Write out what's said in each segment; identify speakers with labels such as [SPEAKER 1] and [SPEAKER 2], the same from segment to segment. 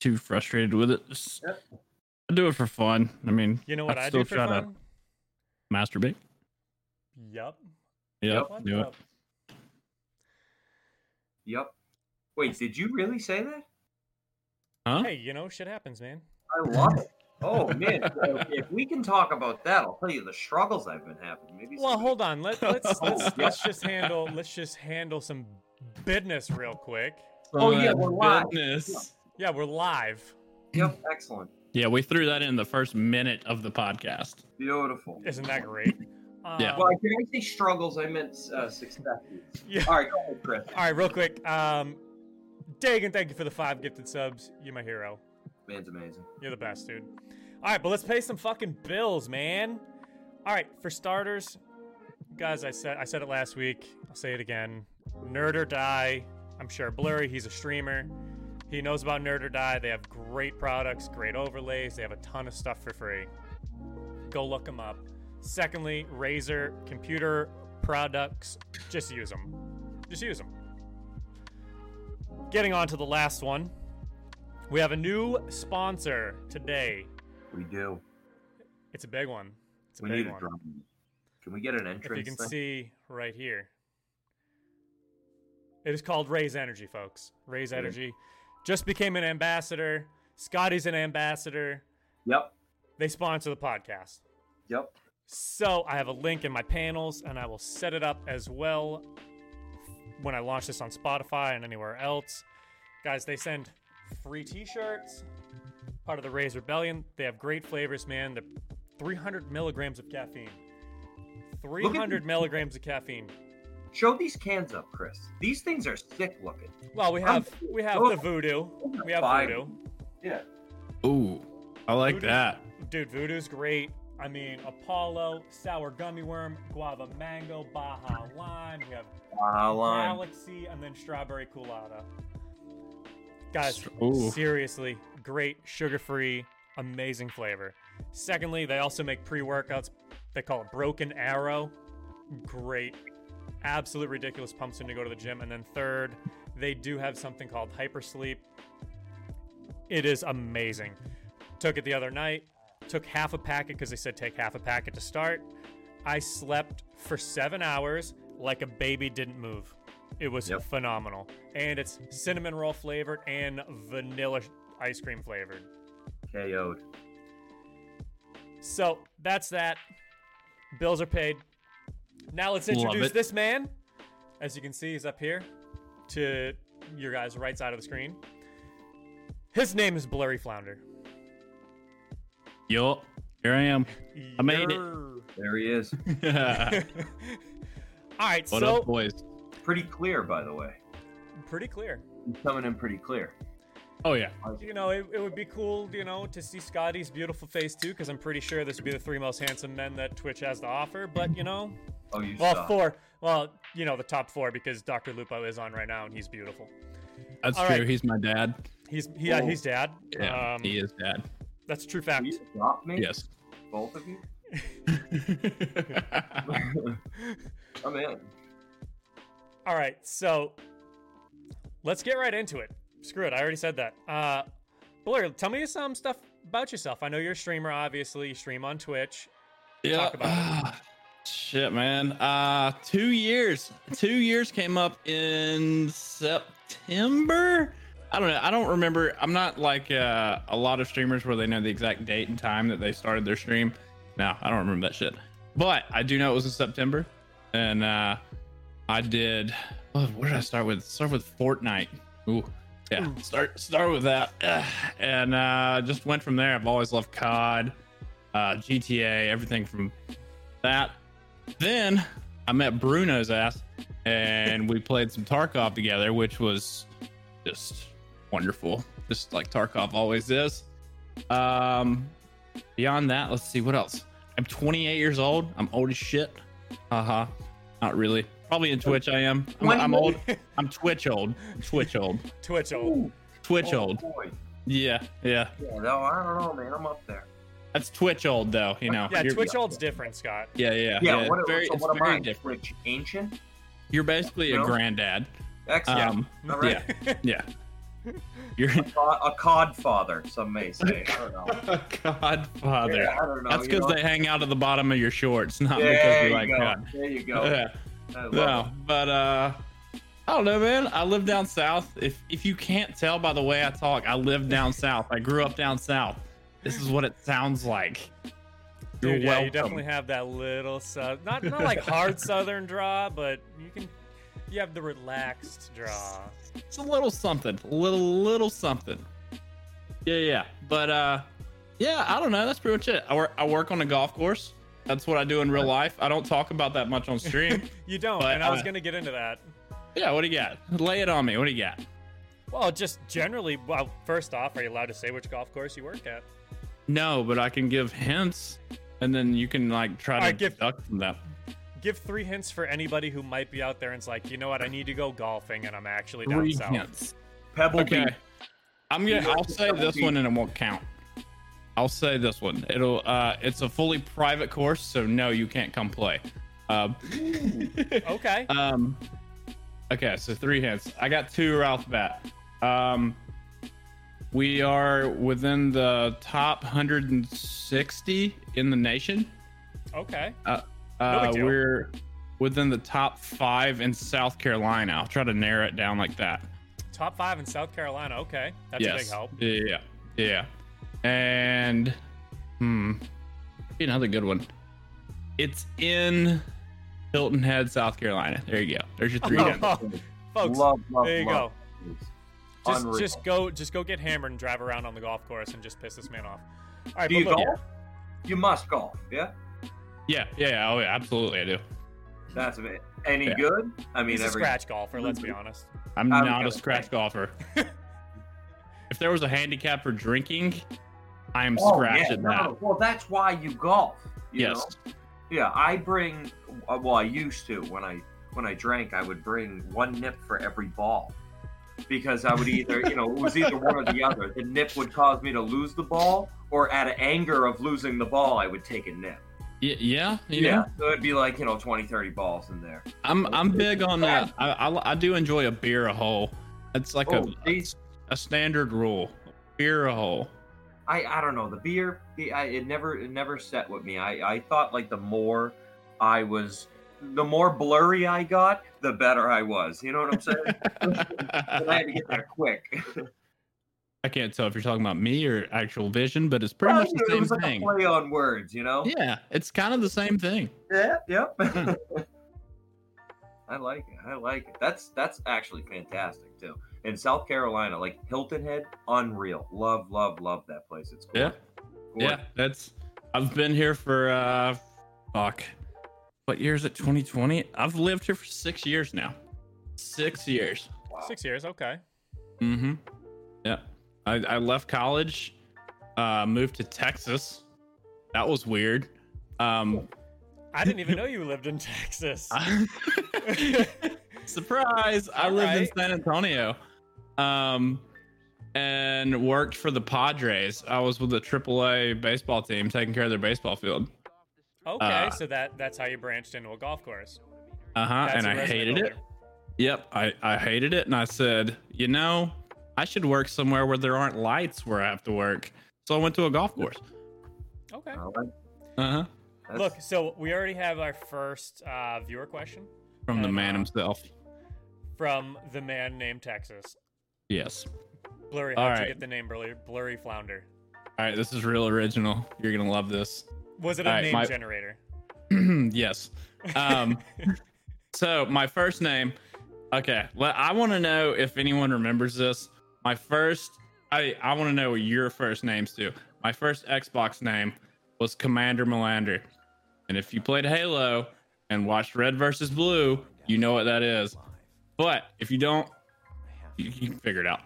[SPEAKER 1] too frustrated with it. Just-
[SPEAKER 2] Yep.
[SPEAKER 1] I do it for fun. I mean,
[SPEAKER 3] You know what
[SPEAKER 1] I'd
[SPEAKER 3] I
[SPEAKER 1] still
[SPEAKER 3] do for
[SPEAKER 1] try to-
[SPEAKER 3] fun?
[SPEAKER 1] masturbate.
[SPEAKER 3] Yup.
[SPEAKER 1] Yeah,
[SPEAKER 3] What's
[SPEAKER 1] do it.
[SPEAKER 3] up?
[SPEAKER 2] Yep. Wait, did you really say that?
[SPEAKER 1] Huh?
[SPEAKER 3] Hey, you know, shit happens, man.
[SPEAKER 2] I love it. Oh man, if- if we can talk about that, I'll tell you the struggles I've been having. Maybe
[SPEAKER 3] Well,
[SPEAKER 2] somebody-
[SPEAKER 3] hold on. Let, let's
[SPEAKER 2] Oh,
[SPEAKER 3] let's
[SPEAKER 2] yeah.
[SPEAKER 3] let's just handle let's just handle some business real quick.
[SPEAKER 2] Oh, yeah, we're live.
[SPEAKER 1] Goodness.
[SPEAKER 3] Yeah, we're live.
[SPEAKER 2] Yep, excellent,
[SPEAKER 1] Yeah, we threw that in the first minute of the podcast.
[SPEAKER 2] beautiful.
[SPEAKER 3] Isn't that great? Um,
[SPEAKER 1] Yeah.
[SPEAKER 2] Well, did I say struggles? I meant uh, successes.
[SPEAKER 3] Yeah.
[SPEAKER 2] All right, go ahead, Chris.
[SPEAKER 3] All right, real quick. Um, Dagan, thank you for the five gifted subs. You're my hero.
[SPEAKER 2] Man's amazing.
[SPEAKER 3] You're the best, dude. All right, but let's pay some fucking bills, man. All right, for starters, guys, I said I said it last week. I'll say it again. Nerd or Die. I'm sure Blurry. He's a streamer. He knows about Nerd or Die. They have great products, great overlays. They have a ton of stuff for free. Go look them up. Secondly, Razer computer products. Just use them. Just use them. Getting on to the last one. We have a new sponsor today.
[SPEAKER 2] We do.
[SPEAKER 3] It's a big one. It's a
[SPEAKER 2] We
[SPEAKER 3] big
[SPEAKER 2] need a
[SPEAKER 3] one.
[SPEAKER 2] drum. Can we get an
[SPEAKER 3] If you
[SPEAKER 2] entrance?
[SPEAKER 3] can
[SPEAKER 2] thing?
[SPEAKER 3] see right here, it is called Raise Energy, folks. Raise
[SPEAKER 2] Yeah.
[SPEAKER 3] Energy just became an ambassador. Scotty's an ambassador.
[SPEAKER 2] Yep.
[SPEAKER 3] They sponsor the podcast.
[SPEAKER 2] Yep.
[SPEAKER 3] So I have a link in my panels, and I will set it up as well when I launch this on Spotify and anywhere else. Guys, they send free T-shirts. Part of the Raise Rebellion. They have great flavors, man. They're 300 milligrams of caffeine. 300 milligrams of caffeine.
[SPEAKER 2] Show these cans up, Chris. These things are sick looking.
[SPEAKER 3] Well, we
[SPEAKER 2] I'm-
[SPEAKER 3] have we have the voodoo. We have
[SPEAKER 2] Fine.
[SPEAKER 3] voodoo.
[SPEAKER 2] Yeah.
[SPEAKER 1] Ooh, I like
[SPEAKER 3] Voodoo.
[SPEAKER 1] that.
[SPEAKER 3] Dude, voodoo's great. I mean, Apollo, sour gummy worm, guava mango, Baja lime. We have
[SPEAKER 2] Wow, Ah, line.
[SPEAKER 3] Galaxy and then strawberry culotta. Guys,
[SPEAKER 1] Ooh.
[SPEAKER 3] seriously, great sugar-free, amazing flavor. Secondly, they also make pre-workouts. They call it Broken Arrow. Great, absolute ridiculous pumps when you go to the gym. And then third, they do have something called Hypersleep. It is amazing. Took it the other night. Took half a packet because they said take half a packet to start. I slept for seven hours like a baby didn't move. It was
[SPEAKER 2] Yep.
[SPEAKER 3] phenomenal. And it's cinnamon roll flavored and vanilla sh- ice cream flavored.
[SPEAKER 2] KO'd.
[SPEAKER 3] So that's that. Bills are paid. Now let's
[SPEAKER 1] Love
[SPEAKER 3] introduce
[SPEAKER 1] it.
[SPEAKER 3] this man. As you can see, he's up here to your guys' right side of the screen. His name is Blurry Flounder.
[SPEAKER 1] Yup, here I am. I made it.
[SPEAKER 2] There he is.
[SPEAKER 3] All
[SPEAKER 1] what
[SPEAKER 3] right,
[SPEAKER 1] up,
[SPEAKER 3] so
[SPEAKER 1] boys?
[SPEAKER 2] Pretty clear, by the way.
[SPEAKER 3] pretty clear.
[SPEAKER 2] He's coming in pretty clear.
[SPEAKER 1] Oh yeah,
[SPEAKER 3] You know, it, it would be cool, you know, to see Scotty's beautiful face too, because I'm pretty sure this would be the three most handsome men that Twitch has to offer. But you know,
[SPEAKER 2] Oh, you
[SPEAKER 3] well,
[SPEAKER 2] saw.
[SPEAKER 3] four. Well, you know, the top four because Dr. Lupo is on right now and he's beautiful.
[SPEAKER 1] that's
[SPEAKER 3] All
[SPEAKER 1] true.
[SPEAKER 3] right.
[SPEAKER 1] He's my dad.
[SPEAKER 3] He's he, yeah,
[SPEAKER 2] Oh.
[SPEAKER 3] he's dad.
[SPEAKER 1] Yeah,
[SPEAKER 3] um,
[SPEAKER 1] he is dad.
[SPEAKER 3] That's a true
[SPEAKER 2] Will
[SPEAKER 3] fact.
[SPEAKER 2] you adopt me?
[SPEAKER 1] Yes.
[SPEAKER 2] Both of you? I'm in.
[SPEAKER 3] All right, so let's get right into it. Screw it, I already said that. Uh, Blair, tell me some stuff about yourself. I know you're a streamer, obviously. You stream on Twitch.
[SPEAKER 1] yeah.
[SPEAKER 3] Talk about it.
[SPEAKER 1] Ah, Shit, man. Uh, two years. Two years came up in September. I don't know. I don't remember. I'm not like uh, a lot of streamers where they know the exact date and time that they started their stream. No, I don't remember that shit. But I do know it was in September, and uh, I did. Oh, what did I start with? Start with Fortnite. Ooh, yeah. Start start with that, Ugh. and uh, just went from there. I've always loved COD, uh, GTA, everything from that. Then I met Bruno's ass, and we played some Tarkov together, which was just wonderful, just like Tarkov always is. Um, beyond that, let's see what else. I'm 28 years old. I'm old as shit. Uh huh. Not really. Probably in Twitch, I am. I'm, I'm old. I'm Twitch old. I'm Twitch old.
[SPEAKER 3] Twitch, oh,
[SPEAKER 2] Ooh,
[SPEAKER 1] Twitch
[SPEAKER 2] oh,
[SPEAKER 1] old.
[SPEAKER 2] boy.
[SPEAKER 1] Yeah, yeah.
[SPEAKER 2] Yeah, no, I don't know, man. I'm up there.
[SPEAKER 1] That's Twitch old though. You know.
[SPEAKER 3] yeah,
[SPEAKER 1] You're-
[SPEAKER 3] Twitch old's different, Scott.
[SPEAKER 1] Yeah, yeah,
[SPEAKER 2] Yeah,
[SPEAKER 1] yeah.
[SPEAKER 2] what,
[SPEAKER 1] it's very,
[SPEAKER 2] so
[SPEAKER 1] it's
[SPEAKER 2] what am
[SPEAKER 1] very
[SPEAKER 2] I?
[SPEAKER 1] different.
[SPEAKER 2] Rich ancient?
[SPEAKER 1] You're basically a
[SPEAKER 2] No.
[SPEAKER 1] granddad.
[SPEAKER 2] Excellent.
[SPEAKER 1] Um,
[SPEAKER 2] All right.
[SPEAKER 1] Yeah, yeah. You're
[SPEAKER 2] Co- a codfather, some may say. I don't know.
[SPEAKER 1] a godfather.
[SPEAKER 2] Yeah, I don't know.
[SPEAKER 1] That's
[SPEAKER 2] you
[SPEAKER 1] because
[SPEAKER 2] know?
[SPEAKER 1] they hang out at the bottom of your shorts, not
[SPEAKER 2] There
[SPEAKER 1] because
[SPEAKER 2] you
[SPEAKER 1] you like
[SPEAKER 2] go.
[SPEAKER 1] God.
[SPEAKER 2] There you go.
[SPEAKER 1] Yeah.
[SPEAKER 2] I love it.
[SPEAKER 1] No, but uh, I don't know, man. I live down south. If if you can't tell by the way I talk, I live down south. I grew up down south. This is what it sounds like. You're
[SPEAKER 3] Dude, yeah,
[SPEAKER 1] welcome.
[SPEAKER 3] you definitely have that little sou- not not like hard southern draw, but you can you have the relaxed draw.
[SPEAKER 1] It's a little something, a little little something. Yeah, yeah. But uh, yeah, I don't know. That's pretty much it. I work, I work on a golf course. That's what I do in real life. I don't talk about that much on stream.
[SPEAKER 3] You don't,
[SPEAKER 1] But,
[SPEAKER 3] and I was
[SPEAKER 1] uh,
[SPEAKER 3] gonna get into that.
[SPEAKER 1] yeah, what do you got? Lay it on me. What do you got?
[SPEAKER 3] Well, just generally, well, first off, are you allowed to say which golf course you work at?
[SPEAKER 1] No, but I can give hints, and then you can like try to
[SPEAKER 3] Alright, give-
[SPEAKER 1] deduct from that.
[SPEAKER 3] Give three hints for anybody who might be out there and's like, you know what, I need to go golfing, and I'm actually down
[SPEAKER 1] Three
[SPEAKER 3] south.
[SPEAKER 1] hints.
[SPEAKER 2] Pebble
[SPEAKER 1] Okay.
[SPEAKER 2] Beach.
[SPEAKER 1] I'm gonna.
[SPEAKER 2] Yeah,
[SPEAKER 1] I'll say
[SPEAKER 2] that would
[SPEAKER 1] this
[SPEAKER 2] be-
[SPEAKER 1] one, and it won't count. I'll say this one. It'll. Uh, it's a fully private course, so no, you can't come play. Um,
[SPEAKER 3] Okay,
[SPEAKER 1] um, okay, so three hints. I got two Ralph bat. Um, we are within the top 160 in the nation.
[SPEAKER 3] okay.
[SPEAKER 1] Uh,
[SPEAKER 3] No
[SPEAKER 1] uh,
[SPEAKER 3] big deal.
[SPEAKER 1] we're within the top five in South Carolina. I'll try to narrow it down like that.
[SPEAKER 3] Top five in South Carolina. Okay, that's a big help.
[SPEAKER 1] Yeah, yeah, yeah. And hmm, be another good one. It's in Hilton Head, South Carolina. There you go. There's your three.
[SPEAKER 3] Oh.
[SPEAKER 1] hints.
[SPEAKER 3] Folks,
[SPEAKER 2] Love, love,
[SPEAKER 3] there you
[SPEAKER 2] love. go.
[SPEAKER 3] just just go just go get hammered and drive around on the golf course and just piss this man off. All right,
[SPEAKER 2] Do
[SPEAKER 3] but
[SPEAKER 2] you
[SPEAKER 3] look,
[SPEAKER 2] golf? You must golf. Yeah.
[SPEAKER 1] Yeah, yeah. Oh, yeah. Absolutely, I do.
[SPEAKER 2] That's it. Any
[SPEAKER 1] Yeah.
[SPEAKER 2] good? I mean,
[SPEAKER 3] he's a
[SPEAKER 2] every.
[SPEAKER 3] scratch golfer. Let's be honest.
[SPEAKER 1] I'm not
[SPEAKER 2] I'm gonna-
[SPEAKER 1] a scratch golfer. if there was a handicap for drinking, I am
[SPEAKER 2] Oh,
[SPEAKER 1] scratch
[SPEAKER 2] yeah,
[SPEAKER 1] at
[SPEAKER 2] no,
[SPEAKER 1] that.
[SPEAKER 2] Well, that's why you golf. You
[SPEAKER 1] yes.
[SPEAKER 2] Know? Yeah, I bring. uh, Well, I used to when I when I drank, I would bring one nip for every ball, because I would either you know it was either one or the other. The nip would cause me to lose the ball, or out of anger of losing the ball, I would take a nip.
[SPEAKER 1] Y- yeah, yeah.
[SPEAKER 2] So it'd be like you know 20, 30 balls in there.
[SPEAKER 1] I'm I'm big on that. I, I I do enjoy a beer a hole. It's like
[SPEAKER 2] Oh,
[SPEAKER 1] a
[SPEAKER 2] geez.
[SPEAKER 1] a standard rule. Beer a hole.
[SPEAKER 2] I I don't know the beer. The, I, it never it never set with me. I I thought like the more I was, the more blurry I got, the better I was. You know what I'm saying? But I had to get there quick.
[SPEAKER 1] I can't tell if you're talking about me or actual vision, but it's pretty much the
[SPEAKER 2] it
[SPEAKER 1] same
[SPEAKER 2] was like
[SPEAKER 1] thing.
[SPEAKER 2] a play on words, you know? Hmm.
[SPEAKER 1] yeah, it's kind of the same thing.
[SPEAKER 2] Yeah. Yep. I like it. I like it. That's that's actually fantastic too. In South Carolina, like Hilton Head, unreal. Love, love, love that place. It's
[SPEAKER 1] Yeah.
[SPEAKER 2] gorgeous.
[SPEAKER 1] Yeah, that's. I've been here for uh, fuck. What year is it? 2020. I've lived here for six years now. Six years.
[SPEAKER 2] Wow.
[SPEAKER 3] Six years. Okay.
[SPEAKER 1] Mm-hmm. Yeah. I, I left college, uh, moved to Texas. That was weird. Um,
[SPEAKER 3] I didn't even know you lived in Texas.
[SPEAKER 1] Uh, surprise! I
[SPEAKER 3] All
[SPEAKER 1] lived
[SPEAKER 3] right.
[SPEAKER 1] in San Antonio, um, and worked for the Padres. I was with the AAA baseball team, taking care of their baseball field.
[SPEAKER 3] Okay,
[SPEAKER 1] Uh,
[SPEAKER 3] so that that's how you branched into a golf course.
[SPEAKER 1] Uh huh.
[SPEAKER 3] That's
[SPEAKER 1] And
[SPEAKER 3] a
[SPEAKER 1] I
[SPEAKER 3] resume
[SPEAKER 1] hated it.
[SPEAKER 3] builder.
[SPEAKER 1] Yep, I, I hated it, and I said, you know, I should work somewhere where there aren't lights where I have to work. So I went to a golf course.
[SPEAKER 3] Okay.
[SPEAKER 2] I like-
[SPEAKER 1] Uh huh.
[SPEAKER 2] that's-
[SPEAKER 3] Look, so we already have our first uh, viewer question
[SPEAKER 1] From the
[SPEAKER 3] And,
[SPEAKER 1] man
[SPEAKER 3] uh,
[SPEAKER 1] himself.
[SPEAKER 3] from the man named Texas.
[SPEAKER 1] Yes.
[SPEAKER 3] Blurry,
[SPEAKER 1] All
[SPEAKER 3] how'd you
[SPEAKER 1] right.
[SPEAKER 3] get the name blurry? Blurry flounder.
[SPEAKER 1] All right, this is real original. You're gonna love this.
[SPEAKER 3] Was it a
[SPEAKER 1] All right,
[SPEAKER 3] name
[SPEAKER 1] my-
[SPEAKER 3] generator?
[SPEAKER 1] yes. Um, so my first name. Okay, well, I want to know if anyone remembers this. My first. I I want to know your first names too. My first Xbox name was Commander Melander, and if you played Halo and watched Red versus Blue, you know what that is. But if you don't, you, you can figure it out.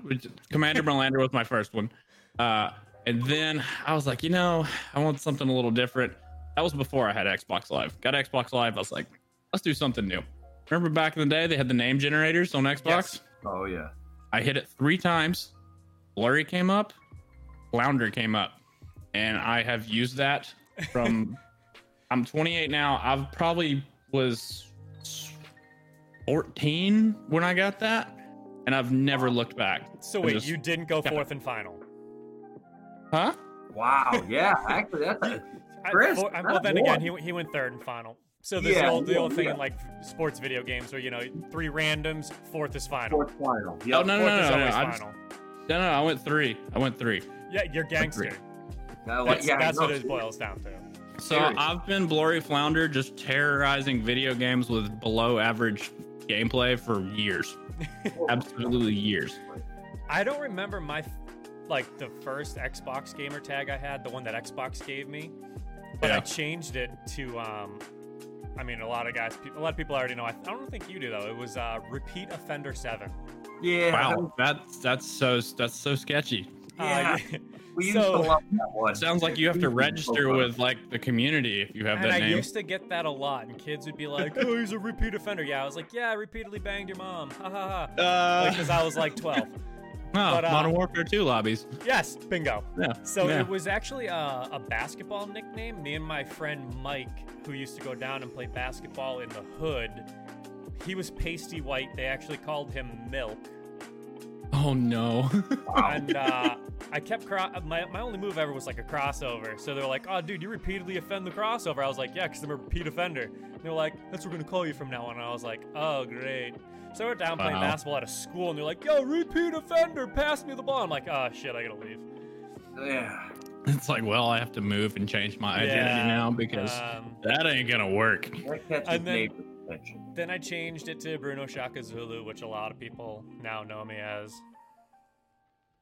[SPEAKER 1] Commander Melander was my first one. Uh, and then I was like, you know, I want something a little different. That was before I had Xbox Live. Got Xbox Live. I was like, let's do something new. Remember back in the day, they had the name generators on Xbox?
[SPEAKER 3] Yes.
[SPEAKER 2] Oh yeah.
[SPEAKER 1] I hit it three times. Blurry came up, Flounder came up, and I have used that from. I'm 28 now. I've probably was 14 when I got that, and I've never looked back.
[SPEAKER 3] So
[SPEAKER 1] I
[SPEAKER 3] wait,
[SPEAKER 1] just-
[SPEAKER 3] you didn't go
[SPEAKER 1] Yeah.
[SPEAKER 3] fourth and final.
[SPEAKER 1] Huh?
[SPEAKER 2] Wow. Yeah. Actually, that's a,
[SPEAKER 3] I,
[SPEAKER 2] Chris,
[SPEAKER 3] for, I,
[SPEAKER 2] not
[SPEAKER 3] well, then again,
[SPEAKER 2] one.
[SPEAKER 3] he, he went third and final. So this
[SPEAKER 2] Yeah,
[SPEAKER 3] old the
[SPEAKER 2] yeah,
[SPEAKER 3] old thing
[SPEAKER 2] yeah.
[SPEAKER 3] in like sports video games where you know three randoms, fourth is final.
[SPEAKER 2] fourth final. Yeah.
[SPEAKER 1] Oh, no,
[SPEAKER 3] fourth is
[SPEAKER 1] no,
[SPEAKER 3] always
[SPEAKER 1] no, I just-
[SPEAKER 3] final.
[SPEAKER 1] No, no, I went three. I went three.
[SPEAKER 3] Yeah, you're gangster.
[SPEAKER 1] Agreed.
[SPEAKER 2] no,
[SPEAKER 3] That's, that's
[SPEAKER 2] no,
[SPEAKER 3] what it boils down to.
[SPEAKER 1] So
[SPEAKER 2] Serious.
[SPEAKER 1] I've been Blory Flounder just terrorizing video games with below average gameplay for years. Absolutely years.
[SPEAKER 3] I don't remember my f- like the first Xbox gamer tag I had, the one that Xbox gave me, but I
[SPEAKER 1] Yeah.
[SPEAKER 3] changed it to. um I mean, a lot of guys, a lot of people already know. I, I don't think you do though. It was uh, repeat offender seven.
[SPEAKER 2] Yeah.
[SPEAKER 1] Wow, that's that's so that's so sketchy.
[SPEAKER 3] Uh,
[SPEAKER 2] Yeah. We used
[SPEAKER 3] So-
[SPEAKER 2] to love that one.
[SPEAKER 1] It sounds like you have to
[SPEAKER 2] We used
[SPEAKER 1] register
[SPEAKER 2] love
[SPEAKER 1] with like the community if you have
[SPEAKER 3] and
[SPEAKER 1] that
[SPEAKER 3] I
[SPEAKER 1] name.
[SPEAKER 3] used to get that a lot, and kids would be like, "Oh, he's a repeat offender." Yeah, I was like, "Yeah, I repeatedly banged your mom." Ha ha ha.
[SPEAKER 1] uh,
[SPEAKER 3] Because I was like 12.
[SPEAKER 1] no,
[SPEAKER 3] but, uh,
[SPEAKER 1] Modern Warfare 2 lobbies.
[SPEAKER 3] yes, bingo.
[SPEAKER 1] Yeah.
[SPEAKER 3] So
[SPEAKER 1] yeah.
[SPEAKER 3] it was actually a, a basketball nickname. Me and my friend Mike, who used to go down and play basketball in the hood, he was pasty white. They actually called him Milk.
[SPEAKER 1] oh no.
[SPEAKER 2] that. Wow.
[SPEAKER 3] And uh, I kept cro- my my only move ever was like a crossover. So they were like, "Oh, dude, you repeatedly offend the crossover." I was like, "Yeah, because I'm a repeat offender." And they were like, "That's what we're gonna call you from now on." And I was like, "Oh, great." So we're down playing
[SPEAKER 1] Wow.
[SPEAKER 3] basketball at a school, and they're like, "Yo, repeat offender, pass me the ball." I'm like, "Oh shit, I gotta leave."
[SPEAKER 2] yeah.
[SPEAKER 1] it's like, well, I have to move and change my identity
[SPEAKER 3] Yeah,
[SPEAKER 1] now because
[SPEAKER 3] Um,
[SPEAKER 1] that ain't gonna work.
[SPEAKER 2] That catches
[SPEAKER 3] And then-
[SPEAKER 2] neighbor's attention.
[SPEAKER 3] then I changed it to Bruno Shaka Zulu, which a lot of people now know me as.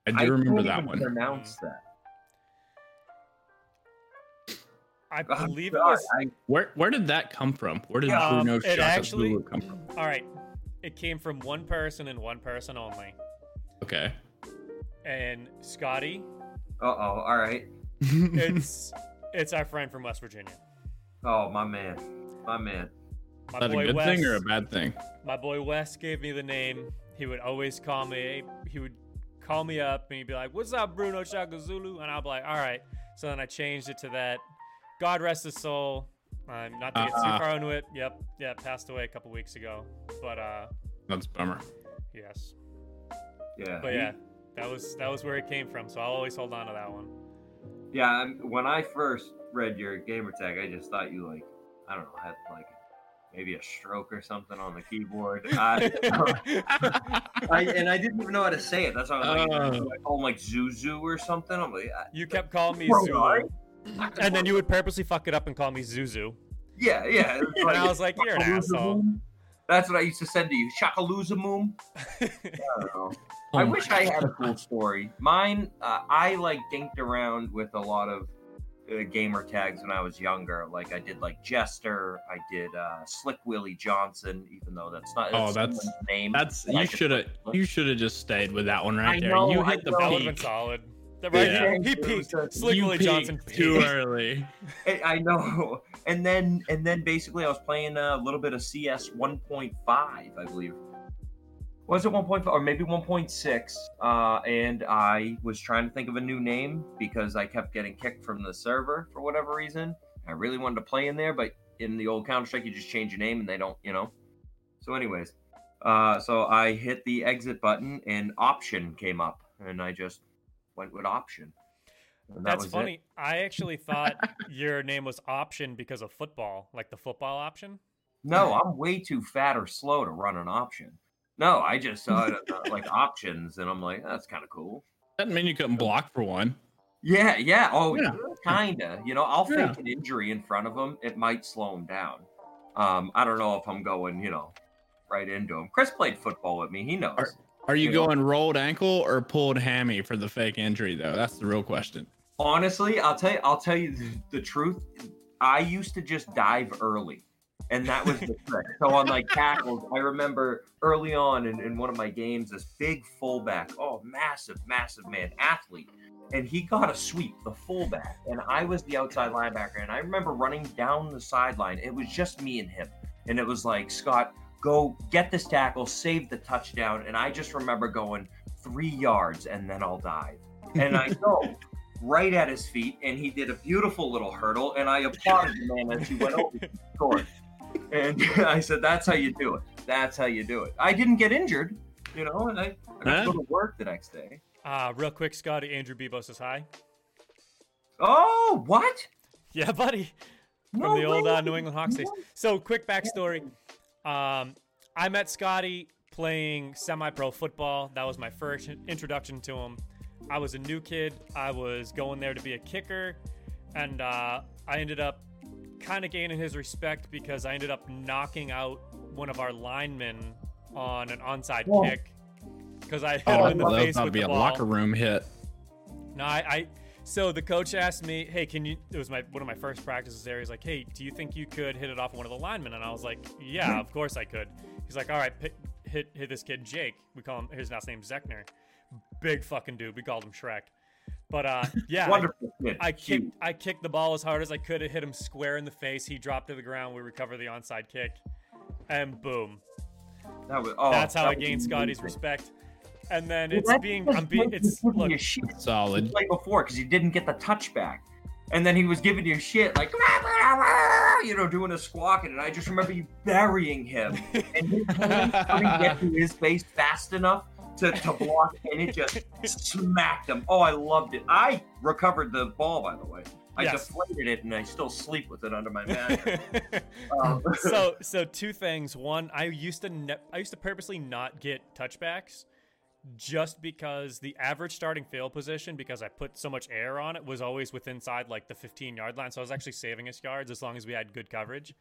[SPEAKER 1] I do remember
[SPEAKER 2] can't
[SPEAKER 1] that
[SPEAKER 2] even
[SPEAKER 1] one.
[SPEAKER 2] Pronounce that.
[SPEAKER 3] I
[SPEAKER 2] I'm
[SPEAKER 3] believe it
[SPEAKER 2] sorry,
[SPEAKER 3] was.
[SPEAKER 2] I-
[SPEAKER 1] Where where did that come from? Where did
[SPEAKER 3] Um,
[SPEAKER 1] Bruno
[SPEAKER 3] it
[SPEAKER 1] Shaka
[SPEAKER 3] actually-
[SPEAKER 1] Zulu come from?
[SPEAKER 3] All right, it came from one person and one person only,
[SPEAKER 1] Okay.
[SPEAKER 3] and Scotty.
[SPEAKER 2] Uh oh. All right.
[SPEAKER 3] it's it's our friend from West Virginia.
[SPEAKER 2] Oh, my man. My man.
[SPEAKER 3] My
[SPEAKER 1] Is that a
[SPEAKER 3] boy
[SPEAKER 1] good
[SPEAKER 3] Wes.
[SPEAKER 1] thing or a bad thing?
[SPEAKER 3] my boy Wes gave me the name. He would always call me. He would call me up and he'd be like, "What's up, Bruno Shaka Zulu?" And I'd be like, "All right." So then I changed it to that. God rest his soul. Um, not to get
[SPEAKER 1] Uh-uh.
[SPEAKER 3] too far into it. Yep, yeah, passed away a couple weeks ago. But uh,
[SPEAKER 1] That's a bummer.
[SPEAKER 3] yes.
[SPEAKER 1] Uh,
[SPEAKER 2] Yeah.
[SPEAKER 3] But Oh, yeah, that was that was where it came from. So I'll always hold on to that one.
[SPEAKER 2] Yeah, I'm, when I first read your gamer tag, I just thought you like, I don't know, had like maybe a stroke or something on the keyboard. I, I, and I didn't even know how to say it. That's why I was like,
[SPEAKER 1] Oh.
[SPEAKER 2] I call him like Zuzu or something. I'm like, I-
[SPEAKER 3] you kept calling me
[SPEAKER 2] Bro,
[SPEAKER 3] Zulu, and then you would purposely fuck it up and call me Zuzu.
[SPEAKER 2] yeah, yeah. it's
[SPEAKER 3] And I was like, "You're an asshole."
[SPEAKER 2] "Shakaloozavoom." That's what I used to send to you, Shakaloozavoom. I don't know. I
[SPEAKER 1] Oh
[SPEAKER 2] wish I had a cool story. Mine, uh, I like dinked around with a lot of uh, gamer tags when I was younger. Like I did like Jester, I did uh, Slick Willie Johnson, even though that's not
[SPEAKER 1] Oh,
[SPEAKER 2] that's
[SPEAKER 1] that's-
[SPEAKER 2] someone's name.
[SPEAKER 1] That's
[SPEAKER 2] I
[SPEAKER 1] you
[SPEAKER 2] could-
[SPEAKER 1] should have you should have just stayed with that one right
[SPEAKER 2] I
[SPEAKER 1] there.
[SPEAKER 2] know,
[SPEAKER 1] you
[SPEAKER 2] I
[SPEAKER 1] hit the
[SPEAKER 2] know.
[SPEAKER 3] That would have been
[SPEAKER 1] peak.
[SPEAKER 3] solid. That right,
[SPEAKER 1] Yeah.
[SPEAKER 3] he, he peaked. Slick
[SPEAKER 1] you
[SPEAKER 3] Willie
[SPEAKER 1] peaked
[SPEAKER 3] Johnson
[SPEAKER 1] too
[SPEAKER 3] peaked.
[SPEAKER 1] early.
[SPEAKER 2] I, I know. And then and then basically I was playing a little bit of CS 1.5, I believe. Was it 1.5 or maybe 1.6? Uh, and I was trying to think of a new name because I kept getting kicked from the server for whatever reason. I really wanted to play in there, but in the old Counter Strike, you just change your name and they don't, you know. So, anyways, uh, so I hit the exit button and option came up, and I just went with option. And that
[SPEAKER 3] That's
[SPEAKER 2] was it.
[SPEAKER 3] funny. I actually thought your name was option because of football, like the football option.
[SPEAKER 2] No, I'm way too fat or slow to run an option. No, I just saw it uh, like options, and I'm like, that's kind of cool.
[SPEAKER 1] Doesn't mean you couldn't block for one.
[SPEAKER 2] Yeah, yeah. Oh,
[SPEAKER 1] Yeah.
[SPEAKER 2] kinda. You know, I'll
[SPEAKER 1] Yeah.
[SPEAKER 2] fake an injury in front of him. It might slow him down. Um, I don't know if I'm going, you know, right into him. Chris played football with me. He knows.
[SPEAKER 1] Are- Are you
[SPEAKER 2] You know?
[SPEAKER 1] going rolled ankle or pulled hammy for the fake injury though? That's the real question.
[SPEAKER 2] Honestly, I'll tell you. I'll tell you the, the truth. I used to just dive early, and that was the trick. So on like tackles, I remember early on in, in one of my games, this big fullback, oh massive, massive man, athlete, and he got a sweep, the fullback, and I was the outside linebacker, and I remember running down the sideline. It was just me and him, and it was like Scott, go get this tackle, save the touchdown, and I just remember going three yards, and then I'll dive, and I go right at his feet, and he did a beautiful little hurdle, and I applauded the man as he went over and scored. And I said, "That's how you do it. That's how you do it." I didn't get injured, you know, and I, I got
[SPEAKER 1] Huh?
[SPEAKER 2] to go to work the next day.
[SPEAKER 3] Uh, real quick, Scotty, Andrew Bebo says hi.
[SPEAKER 2] Oh, what?
[SPEAKER 3] Yeah, buddy. From
[SPEAKER 2] No
[SPEAKER 3] the old uh,
[SPEAKER 2] way.
[SPEAKER 3] New England Hawks days. So, quick backstory. Um, I met Scotty playing semi pro football. That was my first in- introduction to him. I was a new kid. I was going there to be a kicker. And uh, I ended up kind of gaining his respect because I ended up knocking out one of our linemen on an onside
[SPEAKER 2] Whoa.
[SPEAKER 3] kick because I hit
[SPEAKER 1] Oh,
[SPEAKER 3] him in the
[SPEAKER 1] that was
[SPEAKER 3] face
[SPEAKER 1] about to
[SPEAKER 3] with
[SPEAKER 1] be
[SPEAKER 3] the
[SPEAKER 1] a
[SPEAKER 3] ball.
[SPEAKER 1] locker room hit.
[SPEAKER 3] No, I, I. So the coach asked me, "Hey, can you?" It was my one of my first practices there. He's like, "Hey, do you think you could hit it off one of the linemen?" And I was like, "Yeah, of course I could." He's like, "All right, pi hit hit this kid, Jake. We call him his last name Zechner. Big fucking dude. We called him Shrek." But uh, yeah, I-
[SPEAKER 2] Wonderful kid.
[SPEAKER 3] I
[SPEAKER 2] Huge.
[SPEAKER 3] kicked I kicked the ball as hard as I could. It hit him square in the face. He dropped to the ground. We recover the onside kick, and boom.
[SPEAKER 2] That was, oh,
[SPEAKER 3] That's how
[SPEAKER 2] that
[SPEAKER 3] I
[SPEAKER 2] was
[SPEAKER 3] gained Scotty's
[SPEAKER 2] amazing.
[SPEAKER 3] respect. And then
[SPEAKER 2] Well,
[SPEAKER 3] it's
[SPEAKER 2] that
[SPEAKER 3] being
[SPEAKER 2] just
[SPEAKER 3] I'm being
[SPEAKER 2] makes
[SPEAKER 3] it's
[SPEAKER 2] you give
[SPEAKER 3] look
[SPEAKER 2] you shit. He
[SPEAKER 1] Solid.
[SPEAKER 2] played before because he didn't get the touchback. And then he was giving you shit, like, you know, doing a squawking. And I just remember you burying him. And he couldn't get to his face fast enough to, to block, and it just smacked him. Oh, I loved it. I recovered the ball, by the way. I
[SPEAKER 3] Yes.
[SPEAKER 2] deflated it, and I still sleep with it under my mat. Um,
[SPEAKER 3] so so two things. One, I used to ne- I used to purposely not get touchbacks just because the average starting field position because I put so much air on it was always within inside like the 15 yard line. So I was actually saving us yards as long as we had good coverage.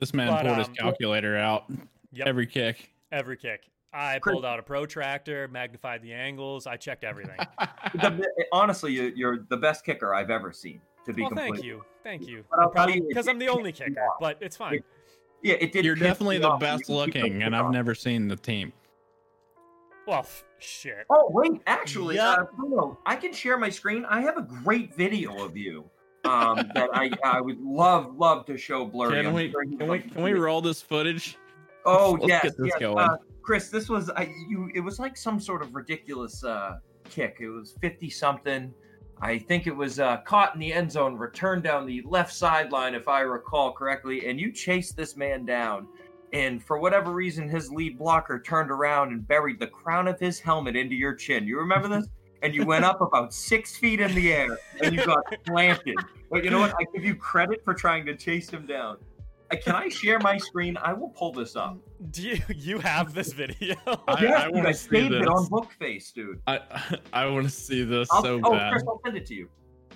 [SPEAKER 1] This man
[SPEAKER 3] But,
[SPEAKER 1] pulled
[SPEAKER 3] um,
[SPEAKER 1] his calculator out
[SPEAKER 3] Yep.
[SPEAKER 1] every kick.
[SPEAKER 3] Every kick. I
[SPEAKER 2] Chris-
[SPEAKER 3] pulled out a protractor, magnified the angles, I checked everything.
[SPEAKER 2] the, honestly, you, you're the best kicker I've ever seen, to be
[SPEAKER 3] well,
[SPEAKER 2] complete.
[SPEAKER 3] thank you. Thank you.
[SPEAKER 2] But I'll tell you, it
[SPEAKER 3] Because I'm the
[SPEAKER 2] did
[SPEAKER 3] only
[SPEAKER 2] piss me
[SPEAKER 3] kicker,
[SPEAKER 2] off.
[SPEAKER 3] but it's fine.
[SPEAKER 2] Yeah, it did.
[SPEAKER 1] You're
[SPEAKER 2] piss me
[SPEAKER 1] definitely the
[SPEAKER 2] off when
[SPEAKER 1] best
[SPEAKER 2] you keep
[SPEAKER 1] looking,
[SPEAKER 2] it
[SPEAKER 1] and I've
[SPEAKER 2] off.
[SPEAKER 1] never seen the team.
[SPEAKER 3] Well, f- shit.
[SPEAKER 2] Oh wait, actually,
[SPEAKER 3] Yeah.
[SPEAKER 2] uh, Bruno, I can share my screen. I have a great video of you um, that I, I would love love to show Blurry.
[SPEAKER 1] Can
[SPEAKER 2] I'm
[SPEAKER 1] we
[SPEAKER 2] sure he
[SPEAKER 1] can we
[SPEAKER 2] loves
[SPEAKER 1] can we
[SPEAKER 2] it.
[SPEAKER 1] roll this footage?
[SPEAKER 2] Oh
[SPEAKER 1] Let's
[SPEAKER 2] yes,
[SPEAKER 1] get this
[SPEAKER 2] yes,
[SPEAKER 1] going.
[SPEAKER 2] Uh, Chris, this was I, you. It was like some sort of ridiculous uh, kick. It was fifty something. I think it was uh, caught in the end zone, returned down the left sideline, if I recall correctly. And you chased this man down, and for whatever reason, his lead blocker turned around and buried the crown of his helmet into your chin. You remember this? And you went up about six feet in the air, and you got planted. But you know what? I give you credit for trying to chase him down. Uh, Can I share my screen? I will pull this up.
[SPEAKER 3] Do you, you have this video?
[SPEAKER 1] I-
[SPEAKER 2] Yes,
[SPEAKER 1] I
[SPEAKER 2] dude,
[SPEAKER 1] wanna
[SPEAKER 2] I
[SPEAKER 1] see
[SPEAKER 2] saved it
[SPEAKER 1] this.
[SPEAKER 2] on Bookface, dude.
[SPEAKER 1] I I want to see this
[SPEAKER 2] I'll,
[SPEAKER 1] so
[SPEAKER 2] oh,
[SPEAKER 1] bad.
[SPEAKER 2] Chris, I'll send it to you.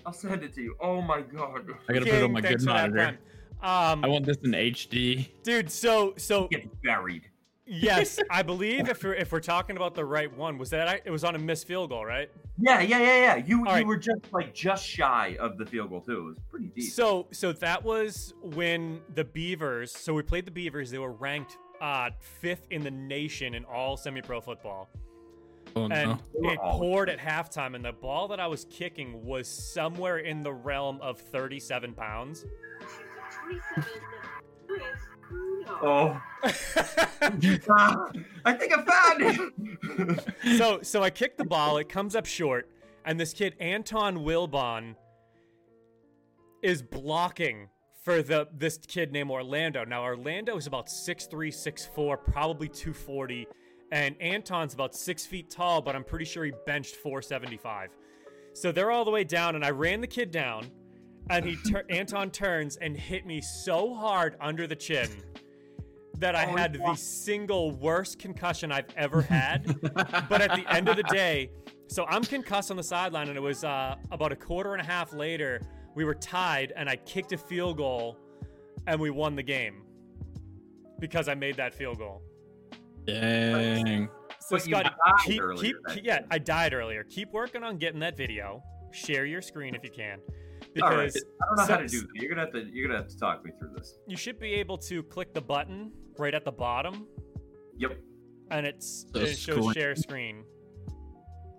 [SPEAKER 2] I'll send it to you. Oh my god.
[SPEAKER 1] I gotta put it on
[SPEAKER 3] King,
[SPEAKER 1] my good
[SPEAKER 3] thanks for that
[SPEAKER 1] monitor.
[SPEAKER 3] prime. Um,
[SPEAKER 1] I want this in HD.
[SPEAKER 3] dude. So, so
[SPEAKER 2] Get buried.
[SPEAKER 3] yes, I believe if we're if we're talking about the right one, was that I, it was on a missed field goal, right?
[SPEAKER 2] Yeah, yeah, yeah, yeah. You you
[SPEAKER 3] right.
[SPEAKER 2] were just like just shy of the field goal too. It was pretty deep.
[SPEAKER 3] So, so that was when the Beavers. So we played the Beavers. They were ranked uh, fifth in the nation in all semi-pro football,
[SPEAKER 1] Oh no.
[SPEAKER 3] and
[SPEAKER 2] They were
[SPEAKER 3] it
[SPEAKER 2] all-
[SPEAKER 3] poured at halftime. And the ball that I was kicking was somewhere in the realm of 37 pounds.
[SPEAKER 2] Oh, ah, I think I found it.
[SPEAKER 3] so so I kick the ball, it comes up short, and this kid Anton Wilbon is blocking for the this kid named Orlando. Now Orlando is about 6'3", 6'4", probably 240, and Anton's about six feet tall, but I'm pretty sure he benched 475. So they're all the way down, and I ran the kid down, and he tur- Anton turns and hit me so hard under the chin that I
[SPEAKER 2] Oh,
[SPEAKER 3] had
[SPEAKER 2] yeah.
[SPEAKER 3] the single worst concussion I've ever had. but at the end of the day, so I'm concussed on the sideline, and it was uh, about a quarter and a half later. We were tied, and I kicked a field goal, and we won the game because I made that field goal.
[SPEAKER 1] Dang.
[SPEAKER 3] So
[SPEAKER 2] But you
[SPEAKER 3] Scotty,
[SPEAKER 2] died
[SPEAKER 3] keep,
[SPEAKER 2] earlier
[SPEAKER 3] keep,
[SPEAKER 2] that
[SPEAKER 3] keep- yeah,
[SPEAKER 2] day.
[SPEAKER 3] I died earlier. Keep working on getting that video. Share your screen if you can,
[SPEAKER 2] All
[SPEAKER 3] because
[SPEAKER 2] right. I don't know how
[SPEAKER 3] so-
[SPEAKER 2] to do that. You're gonna have to you're gonna have to talk me through this.
[SPEAKER 3] you should be able to click the button right at the bottom,
[SPEAKER 2] Yep.
[SPEAKER 3] and it's
[SPEAKER 1] The
[SPEAKER 3] it shows
[SPEAKER 1] screen.
[SPEAKER 3] share screen.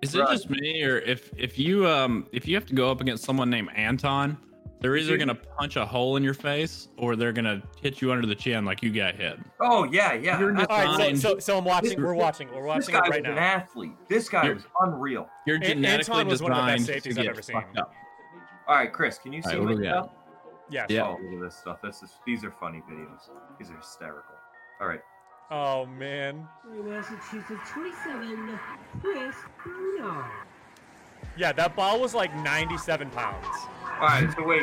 [SPEAKER 1] Is it
[SPEAKER 2] Right.
[SPEAKER 1] just me, or if if you um if you have to go up against someone named Anton, they're either gonna punch a hole in your face or they're gonna hit you under the chin like you got hit.
[SPEAKER 2] Oh yeah, yeah.
[SPEAKER 1] You're
[SPEAKER 2] I-
[SPEAKER 1] in the
[SPEAKER 3] All right,
[SPEAKER 1] Fine.
[SPEAKER 3] so, so so I'm watching. We're watching. We're
[SPEAKER 2] this
[SPEAKER 3] watching
[SPEAKER 2] guy
[SPEAKER 3] it
[SPEAKER 2] was
[SPEAKER 3] right
[SPEAKER 2] an
[SPEAKER 3] now.
[SPEAKER 2] athlete. This guy
[SPEAKER 1] You're-
[SPEAKER 2] was unreal.
[SPEAKER 1] You're
[SPEAKER 3] A- Anton
[SPEAKER 1] genetically
[SPEAKER 3] was one of the best
[SPEAKER 1] designed
[SPEAKER 3] safeties
[SPEAKER 1] to
[SPEAKER 3] I've
[SPEAKER 1] get
[SPEAKER 3] ever
[SPEAKER 1] fucked
[SPEAKER 3] seen.
[SPEAKER 1] up.
[SPEAKER 2] All right, Chris, can you see
[SPEAKER 1] All right, what do
[SPEAKER 2] my
[SPEAKER 1] we
[SPEAKER 2] stuff?
[SPEAKER 1] got?
[SPEAKER 3] Yes.
[SPEAKER 1] Yeah.
[SPEAKER 2] Oh, look at this stuff. This is these are funny videos. These are hysterical. All right,
[SPEAKER 3] Oh man.
[SPEAKER 4] Massachusetts 27, Chris Bruno.
[SPEAKER 3] Yeah, that ball was like 97 pounds.
[SPEAKER 2] All right, so wait.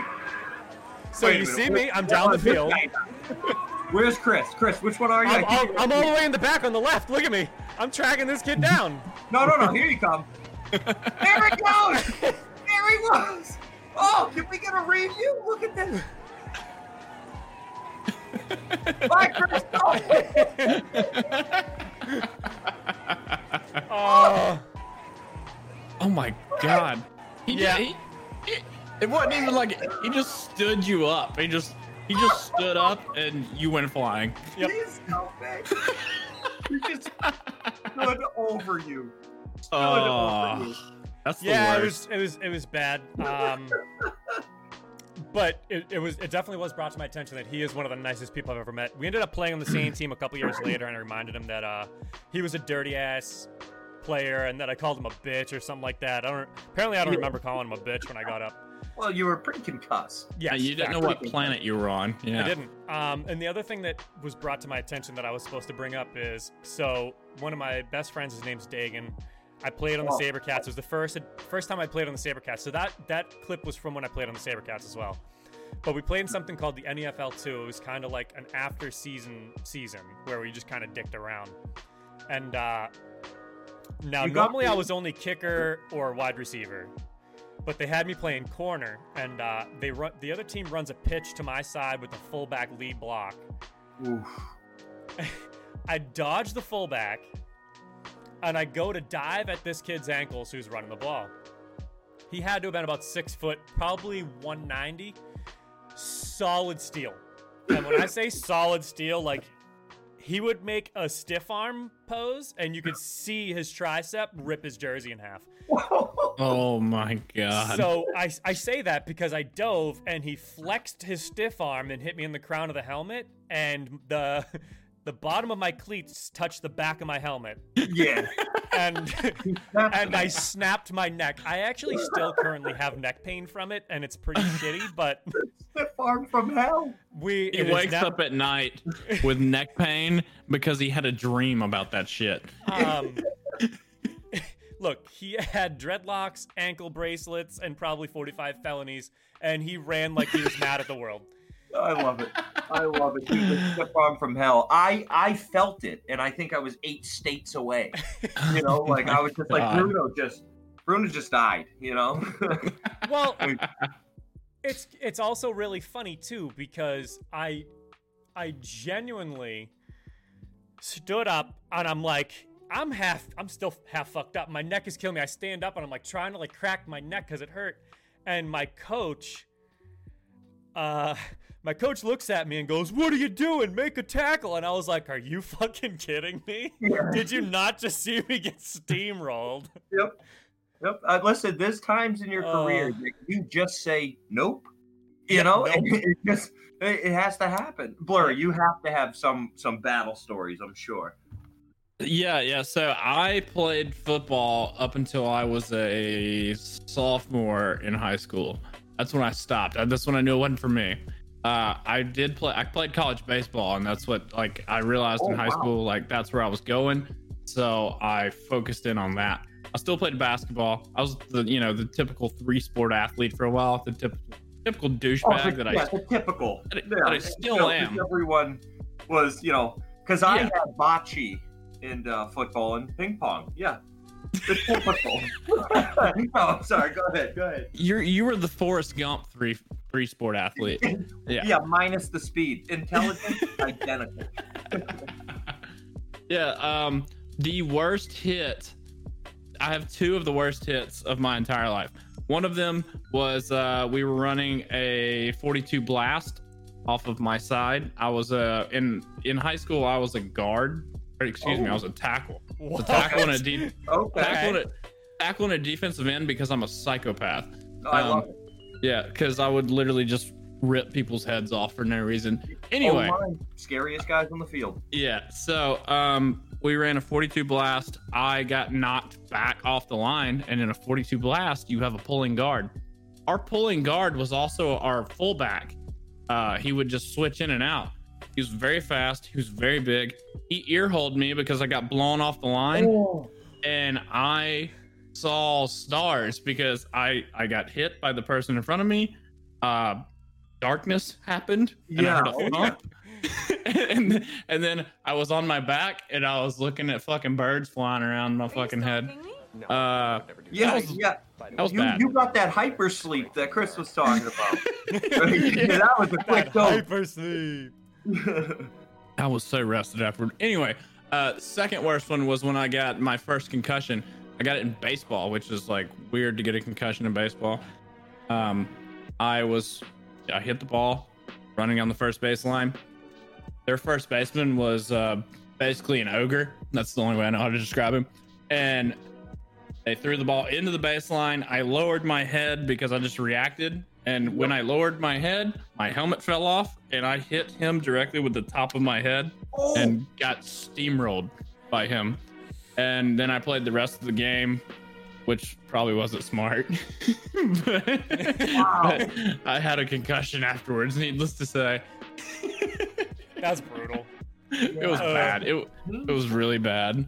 [SPEAKER 3] So
[SPEAKER 2] wait a
[SPEAKER 3] you
[SPEAKER 2] minute.
[SPEAKER 3] see me? I'm
[SPEAKER 2] Where-
[SPEAKER 3] down the
[SPEAKER 2] where's this
[SPEAKER 3] field.
[SPEAKER 2] guy? Where's Chris? Chris, which one are you?
[SPEAKER 3] I'm,
[SPEAKER 2] I keep-
[SPEAKER 3] I'm, I'm all the way in the back on the left. Look at me. I'm tracking this kid down.
[SPEAKER 2] No, no, no. Here you come. there he goes. There he was. Oh, can we get a review? Look at this. Bye, Chris. Oh,
[SPEAKER 3] Oh,
[SPEAKER 1] Oh my god. He yeah.
[SPEAKER 3] Yeah.
[SPEAKER 1] Just, he, he- it wasn't even like he just stood you up. He just he just stood up and you went flying.
[SPEAKER 3] Yep.
[SPEAKER 2] he's so big. He just stood over you. Stood
[SPEAKER 3] Ah.
[SPEAKER 2] over
[SPEAKER 1] Oh,
[SPEAKER 2] you.
[SPEAKER 1] that's
[SPEAKER 3] yeah,
[SPEAKER 1] the
[SPEAKER 3] it
[SPEAKER 1] worst.
[SPEAKER 3] was it was it was bad. Um, but it, it was it definitely was brought to my attention that he is one of the nicest people I've ever met. We ended up playing on the same team a couple years later, and I reminded him that uh, he was a dirty ass player, and that I called him a bitch or something like that. I don't apparently I don't remember calling him a bitch when I got up.
[SPEAKER 2] Well, you were pretty concussed.
[SPEAKER 1] Yeah,
[SPEAKER 3] Yes,
[SPEAKER 1] you didn't know
[SPEAKER 3] fact.
[SPEAKER 1] what planet you were on. Yeah.
[SPEAKER 3] I didn't. Um, and the other thing that was brought to my attention that I was supposed to bring up is so one of my best friends, his name's Dagan. I played on the
[SPEAKER 2] Oh.
[SPEAKER 3] Sabercats. It was the first first time I played on the Sabercats. So that that clip was from when I played on the Sabercats as well. But we played in something called the E NEFL 2. It was kind of like an after season season where we just kind of dicked around. And uh, now
[SPEAKER 2] You got
[SPEAKER 3] normally I
[SPEAKER 2] the-
[SPEAKER 3] was only kicker or wide receiver, but they had me playing corner, and uh, they run the other team runs a pitch to my side with a fullback lead block.
[SPEAKER 2] Oof.
[SPEAKER 3] I dodge the fullback, and I go to dive at this kid's ankles who's running the ball. He had to have been about six foot, probably 190. Solid steel. And when I say solid steel, like he would make a stiff arm pose, and you could see his tricep rip his jersey in half.
[SPEAKER 1] Oh my god.
[SPEAKER 3] So I, I say that because I dove and he flexed his stiff arm and hit me in the crown of the helmet, and the the bottom of my cleats touched the back of my helmet,
[SPEAKER 2] yeah.
[SPEAKER 3] and and I snapped my neck. I actually still currently have neck pain from it, and it's pretty shitty. But
[SPEAKER 2] Stiff arm from hell.
[SPEAKER 3] we
[SPEAKER 1] he
[SPEAKER 3] it is
[SPEAKER 1] wakes
[SPEAKER 3] now-
[SPEAKER 1] up at night with neck pain because he had a dream about that shit.
[SPEAKER 3] Um, look, he had dreadlocks, ankle bracelets, and probably 45 felonies, and he ran like he was mad at the world.
[SPEAKER 2] I love it. I love it. Dude, the stiff arm from hell. I I felt it, and I think I was eight states away. You know, like I was just like
[SPEAKER 1] God.
[SPEAKER 2] Bruno just Bruno just died. You know,
[SPEAKER 3] Well,
[SPEAKER 2] Wait.
[SPEAKER 3] it's it's also really funny too because I I genuinely stood up and I'm like I'm half I'm still half fucked up. My neck is killing me. I stand up and I'm like trying to like crack my neck cuz it hurt and my coach uh my coach looks at me and goes, "What are you doing? Make a tackle." And I was like, "Are you fucking kidding me?
[SPEAKER 2] Yeah.
[SPEAKER 3] Did you not just see me get steamrolled?"
[SPEAKER 2] yep, yep. Uh, listen, there's times in your career
[SPEAKER 3] Uh.
[SPEAKER 2] that you just say nope. You
[SPEAKER 3] Yeah,
[SPEAKER 2] know,
[SPEAKER 3] nope.
[SPEAKER 2] it, it just it, it has to happen. Blur, you have to have some some battle stories. I'm sure.
[SPEAKER 1] Yeah, yeah. So I played football up until I was a sophomore in high school. That's when I stopped. Uh, That's when I knew it wasn't for me. Uh, I did play. I played college baseball, and that's what like I realized
[SPEAKER 2] Oh,
[SPEAKER 1] in high
[SPEAKER 2] wow.
[SPEAKER 1] school. Like that's where I was going. So I focused in on that. I still played basketball. I was the you know the typical three sport athlete for a while. The typical typical douchebag
[SPEAKER 2] the,
[SPEAKER 1] that I
[SPEAKER 2] Oh, yeah, the typical.
[SPEAKER 1] that I-
[SPEAKER 2] Yeah,
[SPEAKER 1] that I
[SPEAKER 2] and
[SPEAKER 1] still
[SPEAKER 2] so
[SPEAKER 1] am.
[SPEAKER 2] Everyone was, you know, because I
[SPEAKER 1] Yeah.
[SPEAKER 2] had bocce in uh, football and ping pong. Yeah, the typical. oh, I'm sorry. Go ahead. Go ahead.
[SPEAKER 1] you you were the Forrest Gump three three sport athlete. Yeah.
[SPEAKER 2] Yeah, minus the speed. Intelligence identical.
[SPEAKER 1] Yeah, um the worst hit I have two of the worst hits of my entire life. One of them was uh we were running a 42 blast off of my side. I was uh in in high school I was a guard or excuse me, I was a tackle. A
[SPEAKER 3] What?
[SPEAKER 1] tackle and a de-
[SPEAKER 2] Okay.
[SPEAKER 1] tackle and a, tackle and a defensive end because I'm a psychopath.
[SPEAKER 2] No, I love
[SPEAKER 1] Um,
[SPEAKER 2] it.
[SPEAKER 1] Yeah, cuz I would literally just rip people's heads off for no reason.
[SPEAKER 2] Oh,
[SPEAKER 1] Anyway,
[SPEAKER 2] my. Scariest guys on the field.
[SPEAKER 1] Yeah. So um, we ran a 42 blast. I got knocked back off the line, and in a 42 blast, you have a pulling guard. Our pulling guard was also our fullback. Uh, he would just switch in and out. He was very fast. He was very big. He earholed me because I got blown off the line,
[SPEAKER 5] Oh.
[SPEAKER 1] and I saw stars because I I got hit by the person in front of me. Uh, darkness happened, and I heard
[SPEAKER 2] Yeah,
[SPEAKER 1] a thump. and and then I was on my back and I was looking at fucking birds flying around my
[SPEAKER 6] Are you
[SPEAKER 1] fucking
[SPEAKER 6] stalking
[SPEAKER 1] head.
[SPEAKER 6] me?
[SPEAKER 7] No,
[SPEAKER 1] Uh,
[SPEAKER 7] I would never do
[SPEAKER 2] Yeah,
[SPEAKER 1] That was-
[SPEAKER 2] yeah.
[SPEAKER 7] By the
[SPEAKER 1] that was
[SPEAKER 7] way.
[SPEAKER 2] You,
[SPEAKER 1] bad.
[SPEAKER 2] you got that hyper sleep that Chris was talking about. Yeah, that was a quick
[SPEAKER 3] That
[SPEAKER 2] dope.
[SPEAKER 3] hyper sleep.
[SPEAKER 1] I was so rested afterward. Anyway, uh, second worst one was when I got my first concussion. I got it in baseball, which is like weird to get a concussion in baseball. Um, I was, I hit the ball, running on the first baseline. Their first baseman was uh, basically an ogre. That's the only way I know how to describe him. And they threw the ball into the baseline. I lowered my head because I just reacted. And when I lowered my head, my helmet fell off and I hit him directly with the top of my head and got steamrolled by him. And then I played the rest of the game, which probably wasn't smart. but, but I had a concussion afterwards, needless to say.
[SPEAKER 3] That's brutal.
[SPEAKER 1] It was
[SPEAKER 3] Yeah.
[SPEAKER 1] bad. It, it was really bad.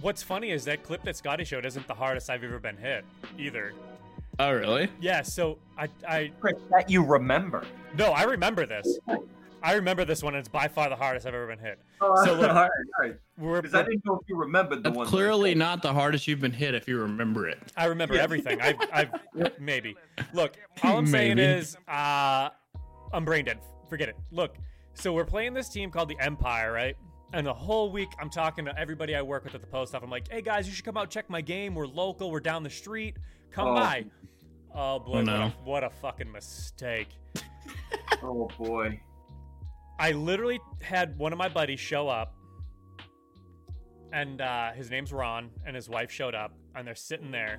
[SPEAKER 3] What's funny is that clip that Scotty showed isn't the hardest I've ever been hit either.
[SPEAKER 1] Oh, really?
[SPEAKER 3] Yeah, so I, I
[SPEAKER 2] Chris, that you remember.
[SPEAKER 3] no, I remember this. I remember this one. And it's by far the hardest I've ever been hit.
[SPEAKER 1] uh,
[SPEAKER 3] So look-
[SPEAKER 2] all right, all right.
[SPEAKER 3] We're,
[SPEAKER 2] Because I didn't know if you remembered the
[SPEAKER 1] That's
[SPEAKER 2] one.
[SPEAKER 1] clearly not the hardest you've been hit if you remember it.
[SPEAKER 3] I remember everything. I've, I've maybe. Look, all I'm saying
[SPEAKER 1] Maybe.
[SPEAKER 3] is, uh, I'm brain dead. Forget it. Look, so we're playing this team called the Empire, right? And the whole week, I'm talking to everybody I work with at the post office. I'm like, hey guys, you should come out check my game. We're local. We're down the street. Come
[SPEAKER 2] Oh.
[SPEAKER 3] by. Oh boy, what a-
[SPEAKER 1] no.
[SPEAKER 3] what a fucking mistake.
[SPEAKER 2] Oh boy.
[SPEAKER 3] I literally had one of my buddies show up, and uh, his name's Ron, and his wife showed up, and they're sitting there.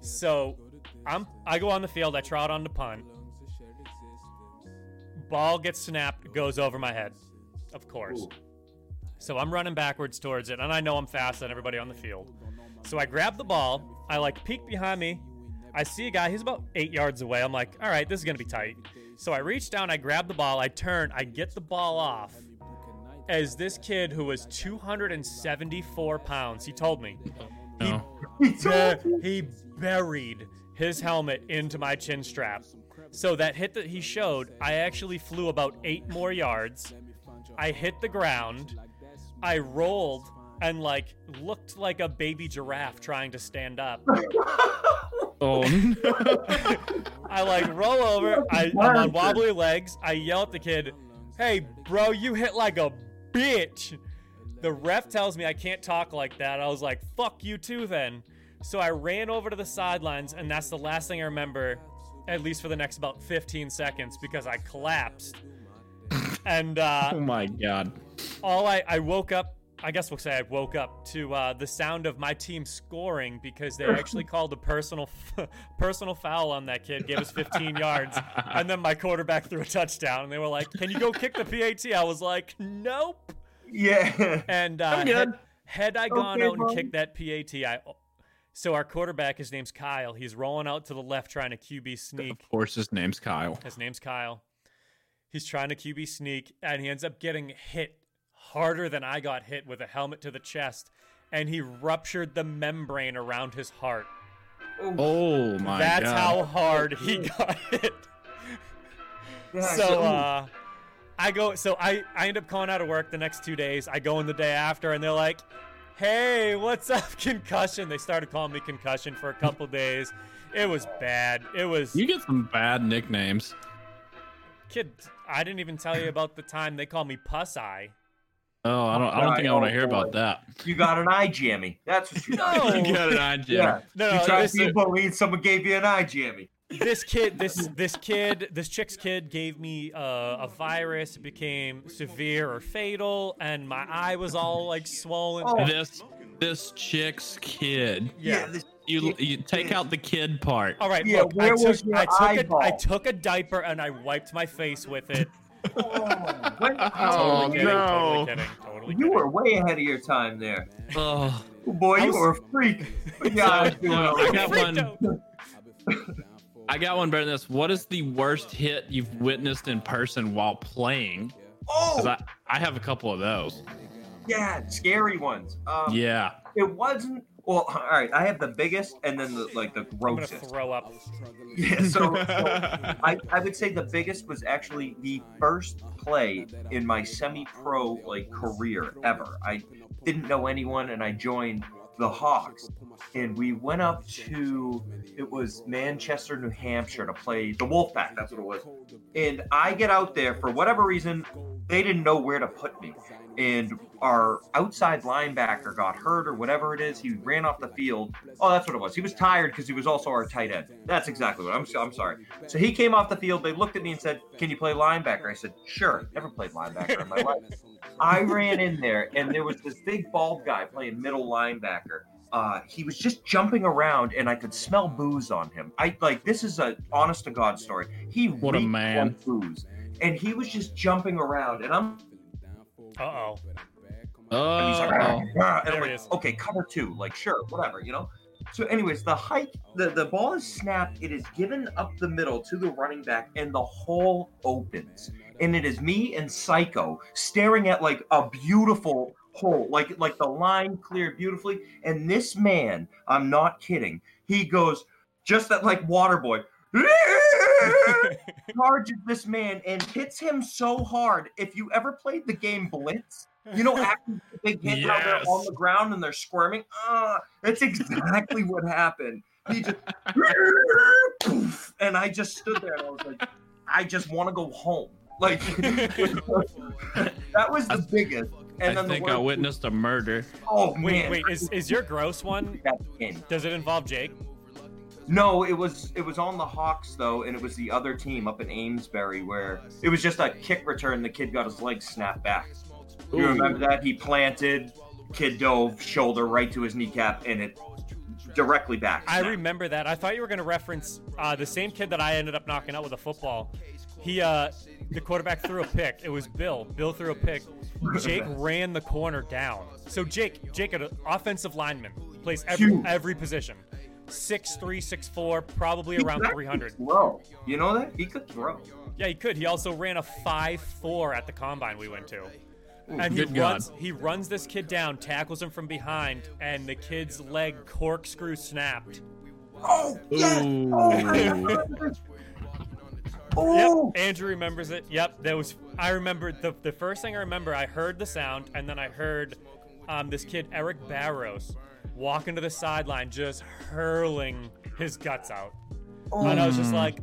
[SPEAKER 3] So I'm I go on the field, I trot on the punt. Ball gets snapped, goes over my head, of course.
[SPEAKER 2] Ooh.
[SPEAKER 3] So I'm running backwards towards it, and I know I'm faster than everybody on the field. So I grab the ball, I like peek behind me. I see a guy, he's about eight yards away. I'm like, all right, this is gonna be tight. So I reach down, I grab the ball, I turn, I get the ball off. As this kid who was 274 pounds, he told me,
[SPEAKER 1] No.
[SPEAKER 3] bur- he buried his helmet into my chin strap. So that hit that he showed, I actually flew about eight more yards. I hit the ground. I rolled and like looked like a baby giraffe trying to stand up.
[SPEAKER 1] Oh,
[SPEAKER 3] I like roll over. I, I'm on wobbly legs. I yell at the kid, "Hey, bro, you hit like a bitch." The ref tells me I can't talk like that. I was like, "Fuck you too, then." So I ran over to the sidelines, and that's the last thing I remember, at least for the next about 15 seconds, because I collapsed. and uh,
[SPEAKER 1] oh my God.
[SPEAKER 3] all I, I woke up i guess we'll say i woke up to uh, the sound of my team scoring because they actually called a personal f- personal foul on that kid gave us 15 yards and then my quarterback threw a touchdown and they were like can you go kick the pat i was like nope
[SPEAKER 2] Yeah.
[SPEAKER 3] and uh,
[SPEAKER 1] I'm good.
[SPEAKER 3] Had, had I gone
[SPEAKER 2] Okay,
[SPEAKER 3] out and
[SPEAKER 2] Mom.
[SPEAKER 3] kicked that PAT, I. So our quarterback, his name's Kyle. He's rolling out to the left trying to QB sneak.
[SPEAKER 1] Of course, his name's Kyle.
[SPEAKER 3] His name's Kyle. He's trying to QB sneak, and he ends up getting hit harder than I got hit with a helmet to the chest, and he ruptured the membrane around his heart.
[SPEAKER 1] Oh my
[SPEAKER 3] That's
[SPEAKER 1] God.
[SPEAKER 3] how hard he got hit. so uh, I go. So I I end up calling out of work the next two days. I go in the day after, and they're like, "Hey, what's up, concussion?" They started calling me concussion for a couple days. It was bad. It was
[SPEAKER 1] You get some bad nicknames.
[SPEAKER 3] kid. I didn't even tell you about the time they called me puss eye.
[SPEAKER 1] Oh, I don't. I don't think I want to hear about that.
[SPEAKER 2] you got an eye jammy. That's what you got.
[SPEAKER 3] No.
[SPEAKER 1] you got an idea.
[SPEAKER 2] Oh. Yeah.
[SPEAKER 3] No,
[SPEAKER 2] You
[SPEAKER 3] no,
[SPEAKER 2] tried
[SPEAKER 3] this,
[SPEAKER 2] to be bullied. Someone gave you an eye jammy.
[SPEAKER 3] this kid, this this kid, this chick's kid gave me uh, a virus. It became severe or fatal, and my eye was all like swollen.
[SPEAKER 2] Oh.
[SPEAKER 1] This this chick's kid.
[SPEAKER 3] yeah.
[SPEAKER 2] this-
[SPEAKER 1] You you take out the kid part.
[SPEAKER 3] All right,
[SPEAKER 2] Yeah,
[SPEAKER 3] look, I
[SPEAKER 2] where was
[SPEAKER 3] took,
[SPEAKER 2] your
[SPEAKER 3] I, took a, I
[SPEAKER 2] eyeball?
[SPEAKER 3] took a diaper and I wiped my face with it.
[SPEAKER 1] Oh,
[SPEAKER 3] totally kidding,
[SPEAKER 1] no.
[SPEAKER 3] totally kidding, totally
[SPEAKER 2] you
[SPEAKER 3] kidding.
[SPEAKER 2] were way ahead of your time there.
[SPEAKER 1] Oh,
[SPEAKER 2] Oh, boy,
[SPEAKER 3] I
[SPEAKER 2] you
[SPEAKER 3] was-
[SPEAKER 2] were a freak. Yeah, I was doing
[SPEAKER 1] no,
[SPEAKER 2] all
[SPEAKER 1] I
[SPEAKER 2] right.
[SPEAKER 1] got
[SPEAKER 3] Freaked
[SPEAKER 1] one. I got one better than this. What is the worst hit you've witnessed in person while playing?
[SPEAKER 2] Oh,
[SPEAKER 1] 'Cause I, I have a couple of those.
[SPEAKER 2] yeah, scary ones. Um,
[SPEAKER 1] Yeah.
[SPEAKER 2] It wasn't. Well, all right. I have the biggest and then the like the
[SPEAKER 3] I'm gonna
[SPEAKER 2] grossest.
[SPEAKER 3] throw up.
[SPEAKER 2] Yeah, so, so I, I would say the biggest was actually the first play in my semi-pro like career ever. I didn't know anyone, and I joined the Hawks, and we went up to it was Manchester, New Hampshire, to play the Wolfpack. That's what it was. And I get out there for whatever reason, they didn't know where to put me, and our outside linebacker got hurt or whatever it is. He ran off the field. Oh, that's what it was. He was tired because he was also our tight end. That's exactly what I'm. I'm sorry. So he came off the field. They looked at me and said, "Can you play linebacker?" I said, "Sure." Never played linebacker in my life. I ran in there, and there was this big bald guy playing middle linebacker. Uh, he was just jumping around, and I could smell booze on him. I like this is a honest to god story. He
[SPEAKER 1] What a
[SPEAKER 2] reeked
[SPEAKER 1] man.
[SPEAKER 2] of booze, and he was just jumping around, and I'm
[SPEAKER 3] Uh oh.
[SPEAKER 2] and he's like, "Ah,
[SPEAKER 1] Oh,
[SPEAKER 2] ah," and
[SPEAKER 3] There
[SPEAKER 2] I'm
[SPEAKER 3] it
[SPEAKER 2] like,
[SPEAKER 3] is.
[SPEAKER 2] okay, cover two, like sure, whatever, you know. So, anyways, the hike, the, the ball is snapped. It is given up the middle to the running back, and the hole opens. And it is me and Psycho staring at like a beautiful hole, like like the line cleared beautifully. And this man, I'm not kidding, he goes just that like water boy. charges this man and hits him so hard. If you ever played the game Blitz, you know after the big hit how they're
[SPEAKER 1] Yes.
[SPEAKER 2] on the ground and they're squirming. Ah, that's exactly what happened. He just poof, and I just stood there and I was like, I just want to go home. Like that was the biggest. And
[SPEAKER 1] I
[SPEAKER 2] then
[SPEAKER 1] think
[SPEAKER 2] the
[SPEAKER 1] I
[SPEAKER 2] worst-
[SPEAKER 1] witnessed a murder.
[SPEAKER 2] Oh
[SPEAKER 3] Wait,
[SPEAKER 2] man,
[SPEAKER 3] wait. Is is your gross one?
[SPEAKER 2] that game.
[SPEAKER 3] Does it involve Jake?
[SPEAKER 2] No, it was it was on the Hawks though, and it was the other team up in Amesbury where it was just a kick return. The kid got his leg snapped back. You
[SPEAKER 1] Ooh.
[SPEAKER 2] remember that? He planted, kid dove, shoulder right to his kneecap, and it directly back.
[SPEAKER 3] I
[SPEAKER 2] snapped.
[SPEAKER 3] remember that. I thought you were going to reference uh, the same kid that I ended up knocking out with a football. He, uh, the quarterback threw a pick. It was Bill. Bill threw a pick. Jake ran the corner down. So Jake, Jake, an offensive lineman, plays every
[SPEAKER 2] Huge.
[SPEAKER 3] every position. Six three, six four, probably
[SPEAKER 2] He
[SPEAKER 3] around
[SPEAKER 2] could
[SPEAKER 3] three hundred.
[SPEAKER 2] Throw. You know that? He could throw.
[SPEAKER 3] Yeah, he could. He also ran a five four at the combine we went to. And he
[SPEAKER 1] Good God.
[SPEAKER 3] runs he runs this kid down, tackles him from behind, and the kid's leg corkscrew snapped.
[SPEAKER 2] Oh yes!
[SPEAKER 1] Ooh.
[SPEAKER 2] Oh, I remember.
[SPEAKER 3] Yep,
[SPEAKER 2] oh
[SPEAKER 3] Andrew remembers it. Yep, that was. I remember the the first thing I remember. I heard the sound, and then I heard um, this kid Eric Barrows walking to the sideline, just hurling his guts out, and I was
[SPEAKER 1] Mm.
[SPEAKER 3] just like,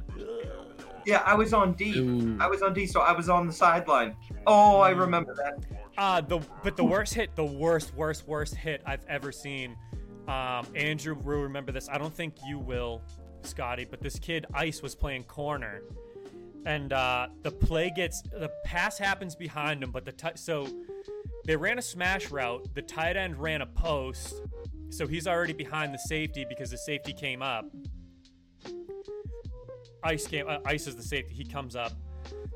[SPEAKER 2] yeah, I was on D. I
[SPEAKER 1] Ooh.
[SPEAKER 2] was on D, so I was on the sideline. Oh,
[SPEAKER 3] Mm.
[SPEAKER 2] I remember that.
[SPEAKER 3] Uh, the but the worst hit, the worst, worst, worst hit I've ever seen. Um, Andrew will remember this. I don't think you will, Scotty. But this kid Ice was playing corner, and uh, the play gets the pass happens behind him. But the ti- so they ran a smash route. The tight end ran a post, so he's already behind the safety because the safety came up. Ice came. Uh, Ice is the safety. He comes up.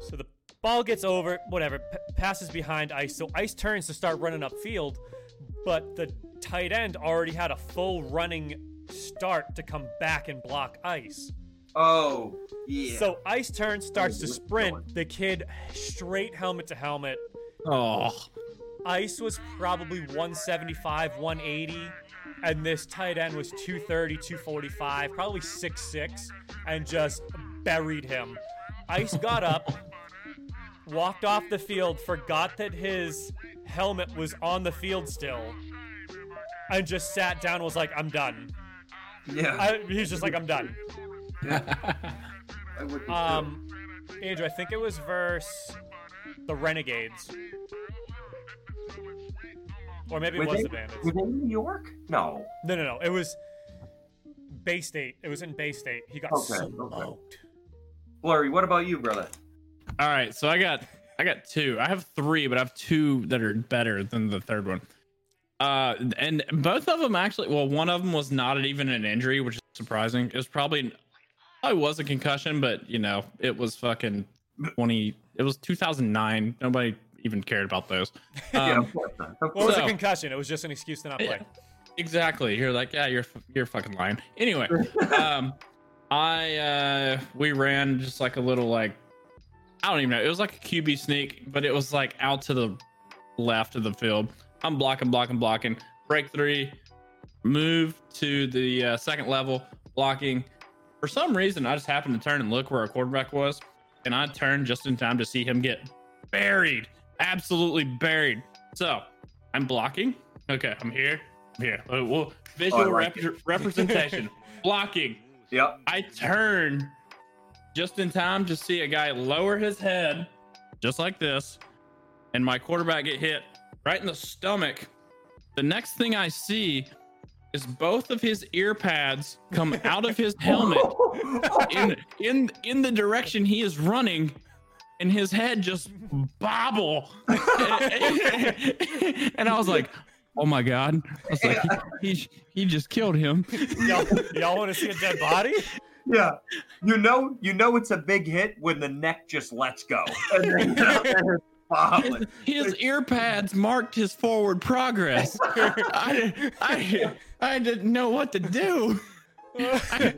[SPEAKER 3] So the ball gets over, whatever, p- passes behind Ice. So Ice turns to start running upfield, but the tight end already had a full running start to come back and block Ice.
[SPEAKER 2] Oh yeah.
[SPEAKER 3] So Ice turns, starts
[SPEAKER 2] Oh,
[SPEAKER 3] to
[SPEAKER 2] what's
[SPEAKER 3] sprint.
[SPEAKER 2] going?
[SPEAKER 3] The kid straight helmet to helmet.
[SPEAKER 1] Oh.
[SPEAKER 3] Ice was probably 175, 180, and this tight end was 230, 245, probably 6'6, and just buried him. Ice got up, walked off the field, forgot that his helmet was on the field still, and just sat down and was like, I'm done.
[SPEAKER 2] yeah.
[SPEAKER 3] I, he was just like, I'm done.
[SPEAKER 2] I wouldn't do it.
[SPEAKER 3] Um, Andrew, I think it was verse the Renegades. Or maybe it
[SPEAKER 2] Were
[SPEAKER 3] was
[SPEAKER 2] they-
[SPEAKER 3] the Bandits.
[SPEAKER 2] Were they in New York? No.
[SPEAKER 3] No, no, no. It was Bay State. It was in Bay State. He got
[SPEAKER 2] Okay, okay.
[SPEAKER 3] smoked.
[SPEAKER 2] Blurry, what about you, brother?
[SPEAKER 1] All right, so I got I got two. I have three, but I have two that are better than the third one. Uh, and both of them actually. Well, one of them was not even an injury, which is surprising. It was probably I was a concussion, but you know, it was fucking twenty. It was two thousand nine. Nobody even cared about those.
[SPEAKER 2] yeah,
[SPEAKER 1] Um,
[SPEAKER 2] of course not. Of
[SPEAKER 3] What was
[SPEAKER 2] course.
[SPEAKER 1] So-
[SPEAKER 3] a concussion? It was just an excuse to not play.
[SPEAKER 1] Exactly. You're like, yeah, you're you're fucking lying. Anyway, um, I uh, we ran just like a little like I don't even know. It was like a QB sneak, but it was like out to the left of the field. I'm blocking, blocking, blocking. Break three, move to the uh, second level, blocking. For some reason, I just happened to turn and look where our quarterback was, and I turned just in time to see him get buried, absolutely buried. So I'm blocking. Okay, I'm here. I'm here. Uh, well, visual
[SPEAKER 2] like
[SPEAKER 1] rep- representation, blocking.
[SPEAKER 2] Yep.
[SPEAKER 1] I turn just in time to see a guy lower his head just like this, and my quarterback get hit right in the stomach. The next thing I see is both of his ear pads come out of his helmet in in in the direction he is running and his head just bobble and i was like oh my god i was like he, he, he just killed him
[SPEAKER 3] Y'all, y'all want to see a dead body?
[SPEAKER 2] yeah. You know, you know it's a big hit when the neck just lets go. And then, it's bobbling.
[SPEAKER 1] his ear pads marked his forward progress I, I, I didn't know what to do I,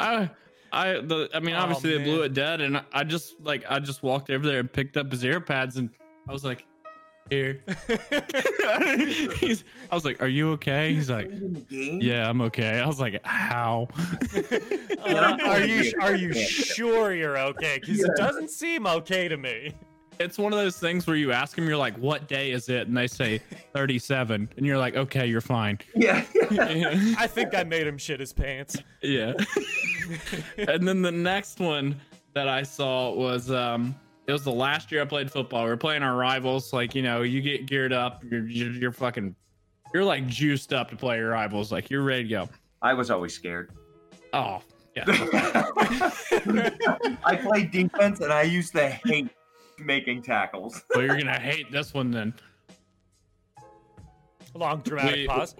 [SPEAKER 1] I, I, the, I mean,
[SPEAKER 3] Oh,
[SPEAKER 1] obviously they blew
[SPEAKER 3] man.
[SPEAKER 1] it dead, and I- I just like I just walked over there and picked up his ear pads, and I was like, "Here." He's, I was like, "Are you okay?" He's like, "Yeah, I'm okay." I was like, "How?"
[SPEAKER 3] Uh, are you are you sure you're okay? Because it doesn't seem okay to me.
[SPEAKER 1] It's one of those things where you ask them, you're like, "What day is it?" And they say 37, and you're like, "Okay, you're fine."
[SPEAKER 2] Yeah.
[SPEAKER 1] yeah.
[SPEAKER 3] I think I made him shit his pants.
[SPEAKER 1] and then the next one that I saw was um it was the last year I played football. We were playing our rivals. Like you know, you get geared up. You're you're, you're fucking you're like juiced up to play your rivals. Like you're ready to go.
[SPEAKER 2] I was always scared.
[SPEAKER 1] Oh yeah,
[SPEAKER 2] I played defense and I used to hate making tackles.
[SPEAKER 1] well you're gonna hate this one then.
[SPEAKER 3] Long dramatic
[SPEAKER 1] Wait.
[SPEAKER 3] pause.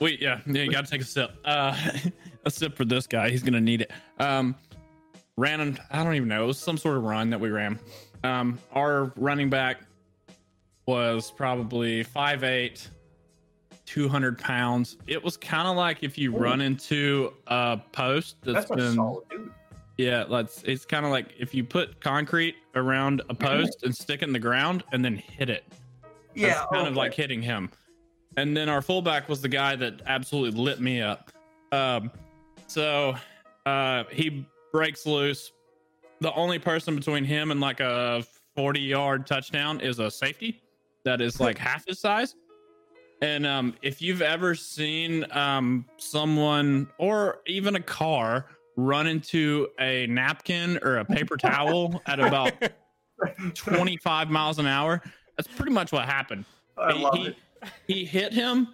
[SPEAKER 1] Wait, yeah, yeah, you gotta take a sip. Uh, a sip for this guy. He's gonna need it. Um, ran. on- I don't even know. It was some sort of run that we ran. Um, our running back was probably 5'8", 200 pounds. It was kind of like if you run into a post
[SPEAKER 2] That's
[SPEAKER 1] that's
[SPEAKER 2] a
[SPEAKER 1] been
[SPEAKER 2] solid dude.
[SPEAKER 1] yeah, let's. It's kind of like if you put concrete around a post and stick it in the ground and then hit it.
[SPEAKER 2] Yeah.
[SPEAKER 1] That's kind of
[SPEAKER 2] okay.
[SPEAKER 1] like hitting him. And then our fullback was the guy that absolutely lit me up. Um, so uh, he breaks loose. The only person between him and like a 40 yard touchdown is a safety that is like half his size. And um, if you've ever seen um, someone or even a car run into a napkin or a paper towel at about 25 miles an hour, that's pretty much what happened
[SPEAKER 2] I
[SPEAKER 1] he,
[SPEAKER 2] love
[SPEAKER 1] he,
[SPEAKER 2] it.
[SPEAKER 1] he hit him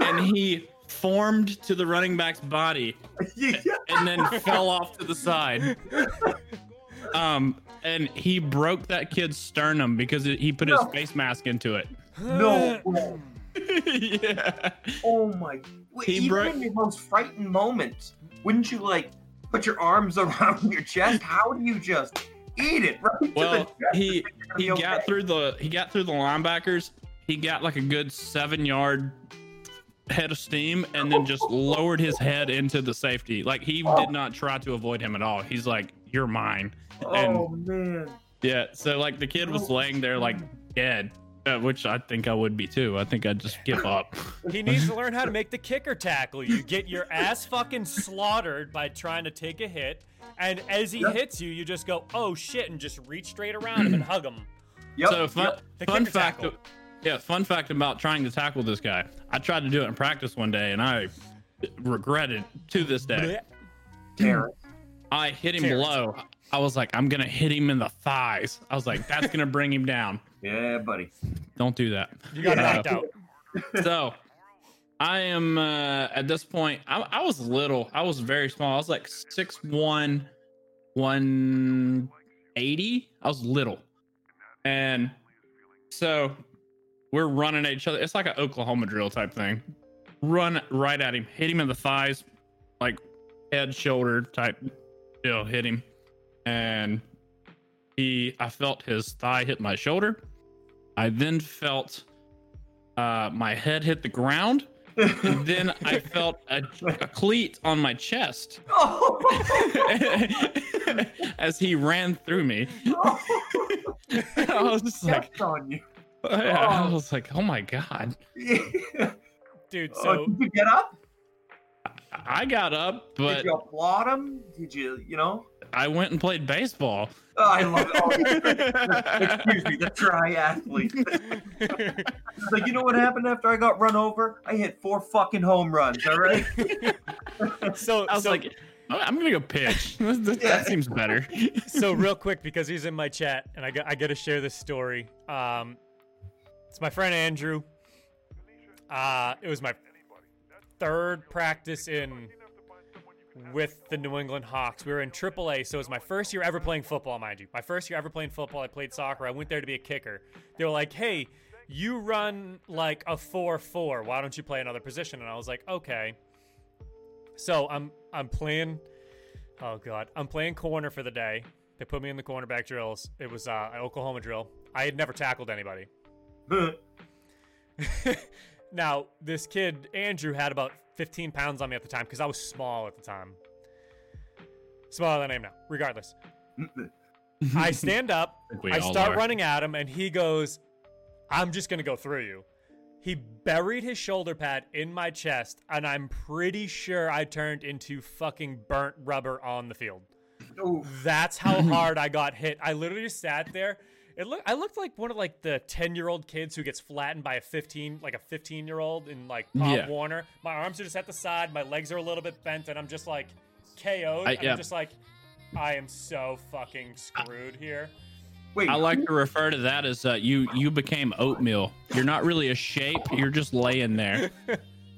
[SPEAKER 1] and he formed to the running back's body
[SPEAKER 2] Yeah.
[SPEAKER 1] and then fell off to the side. Um, and he broke that kid's sternum because it, he put his
[SPEAKER 2] No.
[SPEAKER 1] face mask into it.
[SPEAKER 2] No.
[SPEAKER 3] Uh,
[SPEAKER 2] way.
[SPEAKER 1] yeah.
[SPEAKER 2] Oh my! Wait,
[SPEAKER 1] He
[SPEAKER 2] even
[SPEAKER 1] broke-
[SPEAKER 2] in your most frightened moments, wouldn't you like put your arms around your chest? How do you just eat it right to the
[SPEAKER 1] Well,
[SPEAKER 2] chest?
[SPEAKER 1] he
[SPEAKER 2] It's gonna
[SPEAKER 1] he
[SPEAKER 2] be okay.
[SPEAKER 1] got through the he got through the linebackers. He got like a good seven yard head of steam and then just lowered his head into the safety. Like he did not try to avoid him at all. He's like, "You're mine." and-
[SPEAKER 2] Oh man!
[SPEAKER 1] Yeah, so like the kid was laying there like dead, uh, which I think I would be too. I think I'd just give up.
[SPEAKER 3] He needs to learn how to make the kicker tackle. You get your ass fucking slaughtered by trying to take a hit, and as he hits you, you just go, "Oh shit!" and just reach straight around him and hug him.
[SPEAKER 2] Yep.
[SPEAKER 1] so fun,
[SPEAKER 2] yep.
[SPEAKER 3] The
[SPEAKER 1] fun
[SPEAKER 3] kicker
[SPEAKER 1] fact,
[SPEAKER 3] tackle.
[SPEAKER 1] yeah, fun fact about trying to tackle this guy. I tried to do it in practice one day, and I regret it to this day.
[SPEAKER 3] Blech.
[SPEAKER 2] Terrence.
[SPEAKER 1] I hit him
[SPEAKER 3] Terrence.
[SPEAKER 1] low. I was like, I'm gonna hit him in the thighs. I was like, that's gonna bring him down.
[SPEAKER 2] Yeah, buddy.
[SPEAKER 1] Don't do that.
[SPEAKER 3] You got
[SPEAKER 1] Yeah.
[SPEAKER 3] knocked out.
[SPEAKER 1] so I am uh, at this point. I, I was little. I was very small. I was like six one, one eighty. I was little, and so we're running at each other. It's like an Oklahoma drill type thing. Run right at him, hit him in the thighs, like head, shoulder type deal. Hit him, and he. I felt his thigh hit my shoulder. I then felt uh, my head hit the ground, and then I felt a, a cleat on my chest.
[SPEAKER 2] Oh,
[SPEAKER 1] I as he ran through me. I was just like,
[SPEAKER 2] Stepped on you.
[SPEAKER 1] I was like, oh my god.
[SPEAKER 3] Dude,
[SPEAKER 2] oh,
[SPEAKER 3] so
[SPEAKER 2] did you get up?
[SPEAKER 1] I got up,
[SPEAKER 2] did
[SPEAKER 1] but
[SPEAKER 2] you applaud him? Did you, you know?
[SPEAKER 1] I went and played baseball.
[SPEAKER 2] Oh, I love it. Oh, excuse me, the triathlete. It's like, you know what happened after I got run over? I hit four fucking home runs, all right?
[SPEAKER 3] so
[SPEAKER 1] I was
[SPEAKER 3] so,
[SPEAKER 1] like, "Oh, I'm gonna go pitch. That, that- that
[SPEAKER 2] Yeah.
[SPEAKER 1] seems better.
[SPEAKER 3] so real quick because he's in my chat and I got I got to share this story. Um, it's my friend Andrew. Uh, it was my third practice in with the New England Hawks. We were in AAA, so it was my first year ever playing football, mind you. My first year ever playing football. I played soccer. I went there to be a kicker. They were like, "Hey, you run like a four-four. Why don't you play another position?" And I was like, "Okay." So I'm I'm playing. Oh god, I'm playing corner for the day. They put me in the cornerback drills. It was uh, an Oklahoma drill. I had never tackled anybody. now this kid Andrew had about 15 pounds on me at the time because I was small at the time. Smaller than I am now. Regardless, I stand up.
[SPEAKER 1] think we
[SPEAKER 3] I
[SPEAKER 1] all
[SPEAKER 3] start
[SPEAKER 1] are.
[SPEAKER 3] running at him, and he goes, "I'm just gonna go through you." He buried his shoulder pad in my chest, and I'm pretty sure I turned into fucking burnt rubber on the field.
[SPEAKER 2] Oof.
[SPEAKER 3] That's how hard I got hit. I literally just sat there. It look I looked like one of like the ten year old kids who gets flattened by a fifteen like a fifteen year old in like Pop
[SPEAKER 1] Yeah.
[SPEAKER 3] Warner. My arms are just at the side, my legs are a little bit bent, and I'm just like KO'd.
[SPEAKER 1] I-
[SPEAKER 3] and
[SPEAKER 1] yeah.
[SPEAKER 3] I'm just like I am so fucking screwed here.
[SPEAKER 2] Wait,
[SPEAKER 1] I like to refer to that as uh, you you became oatmeal. You're not really a shape. You're just laying there.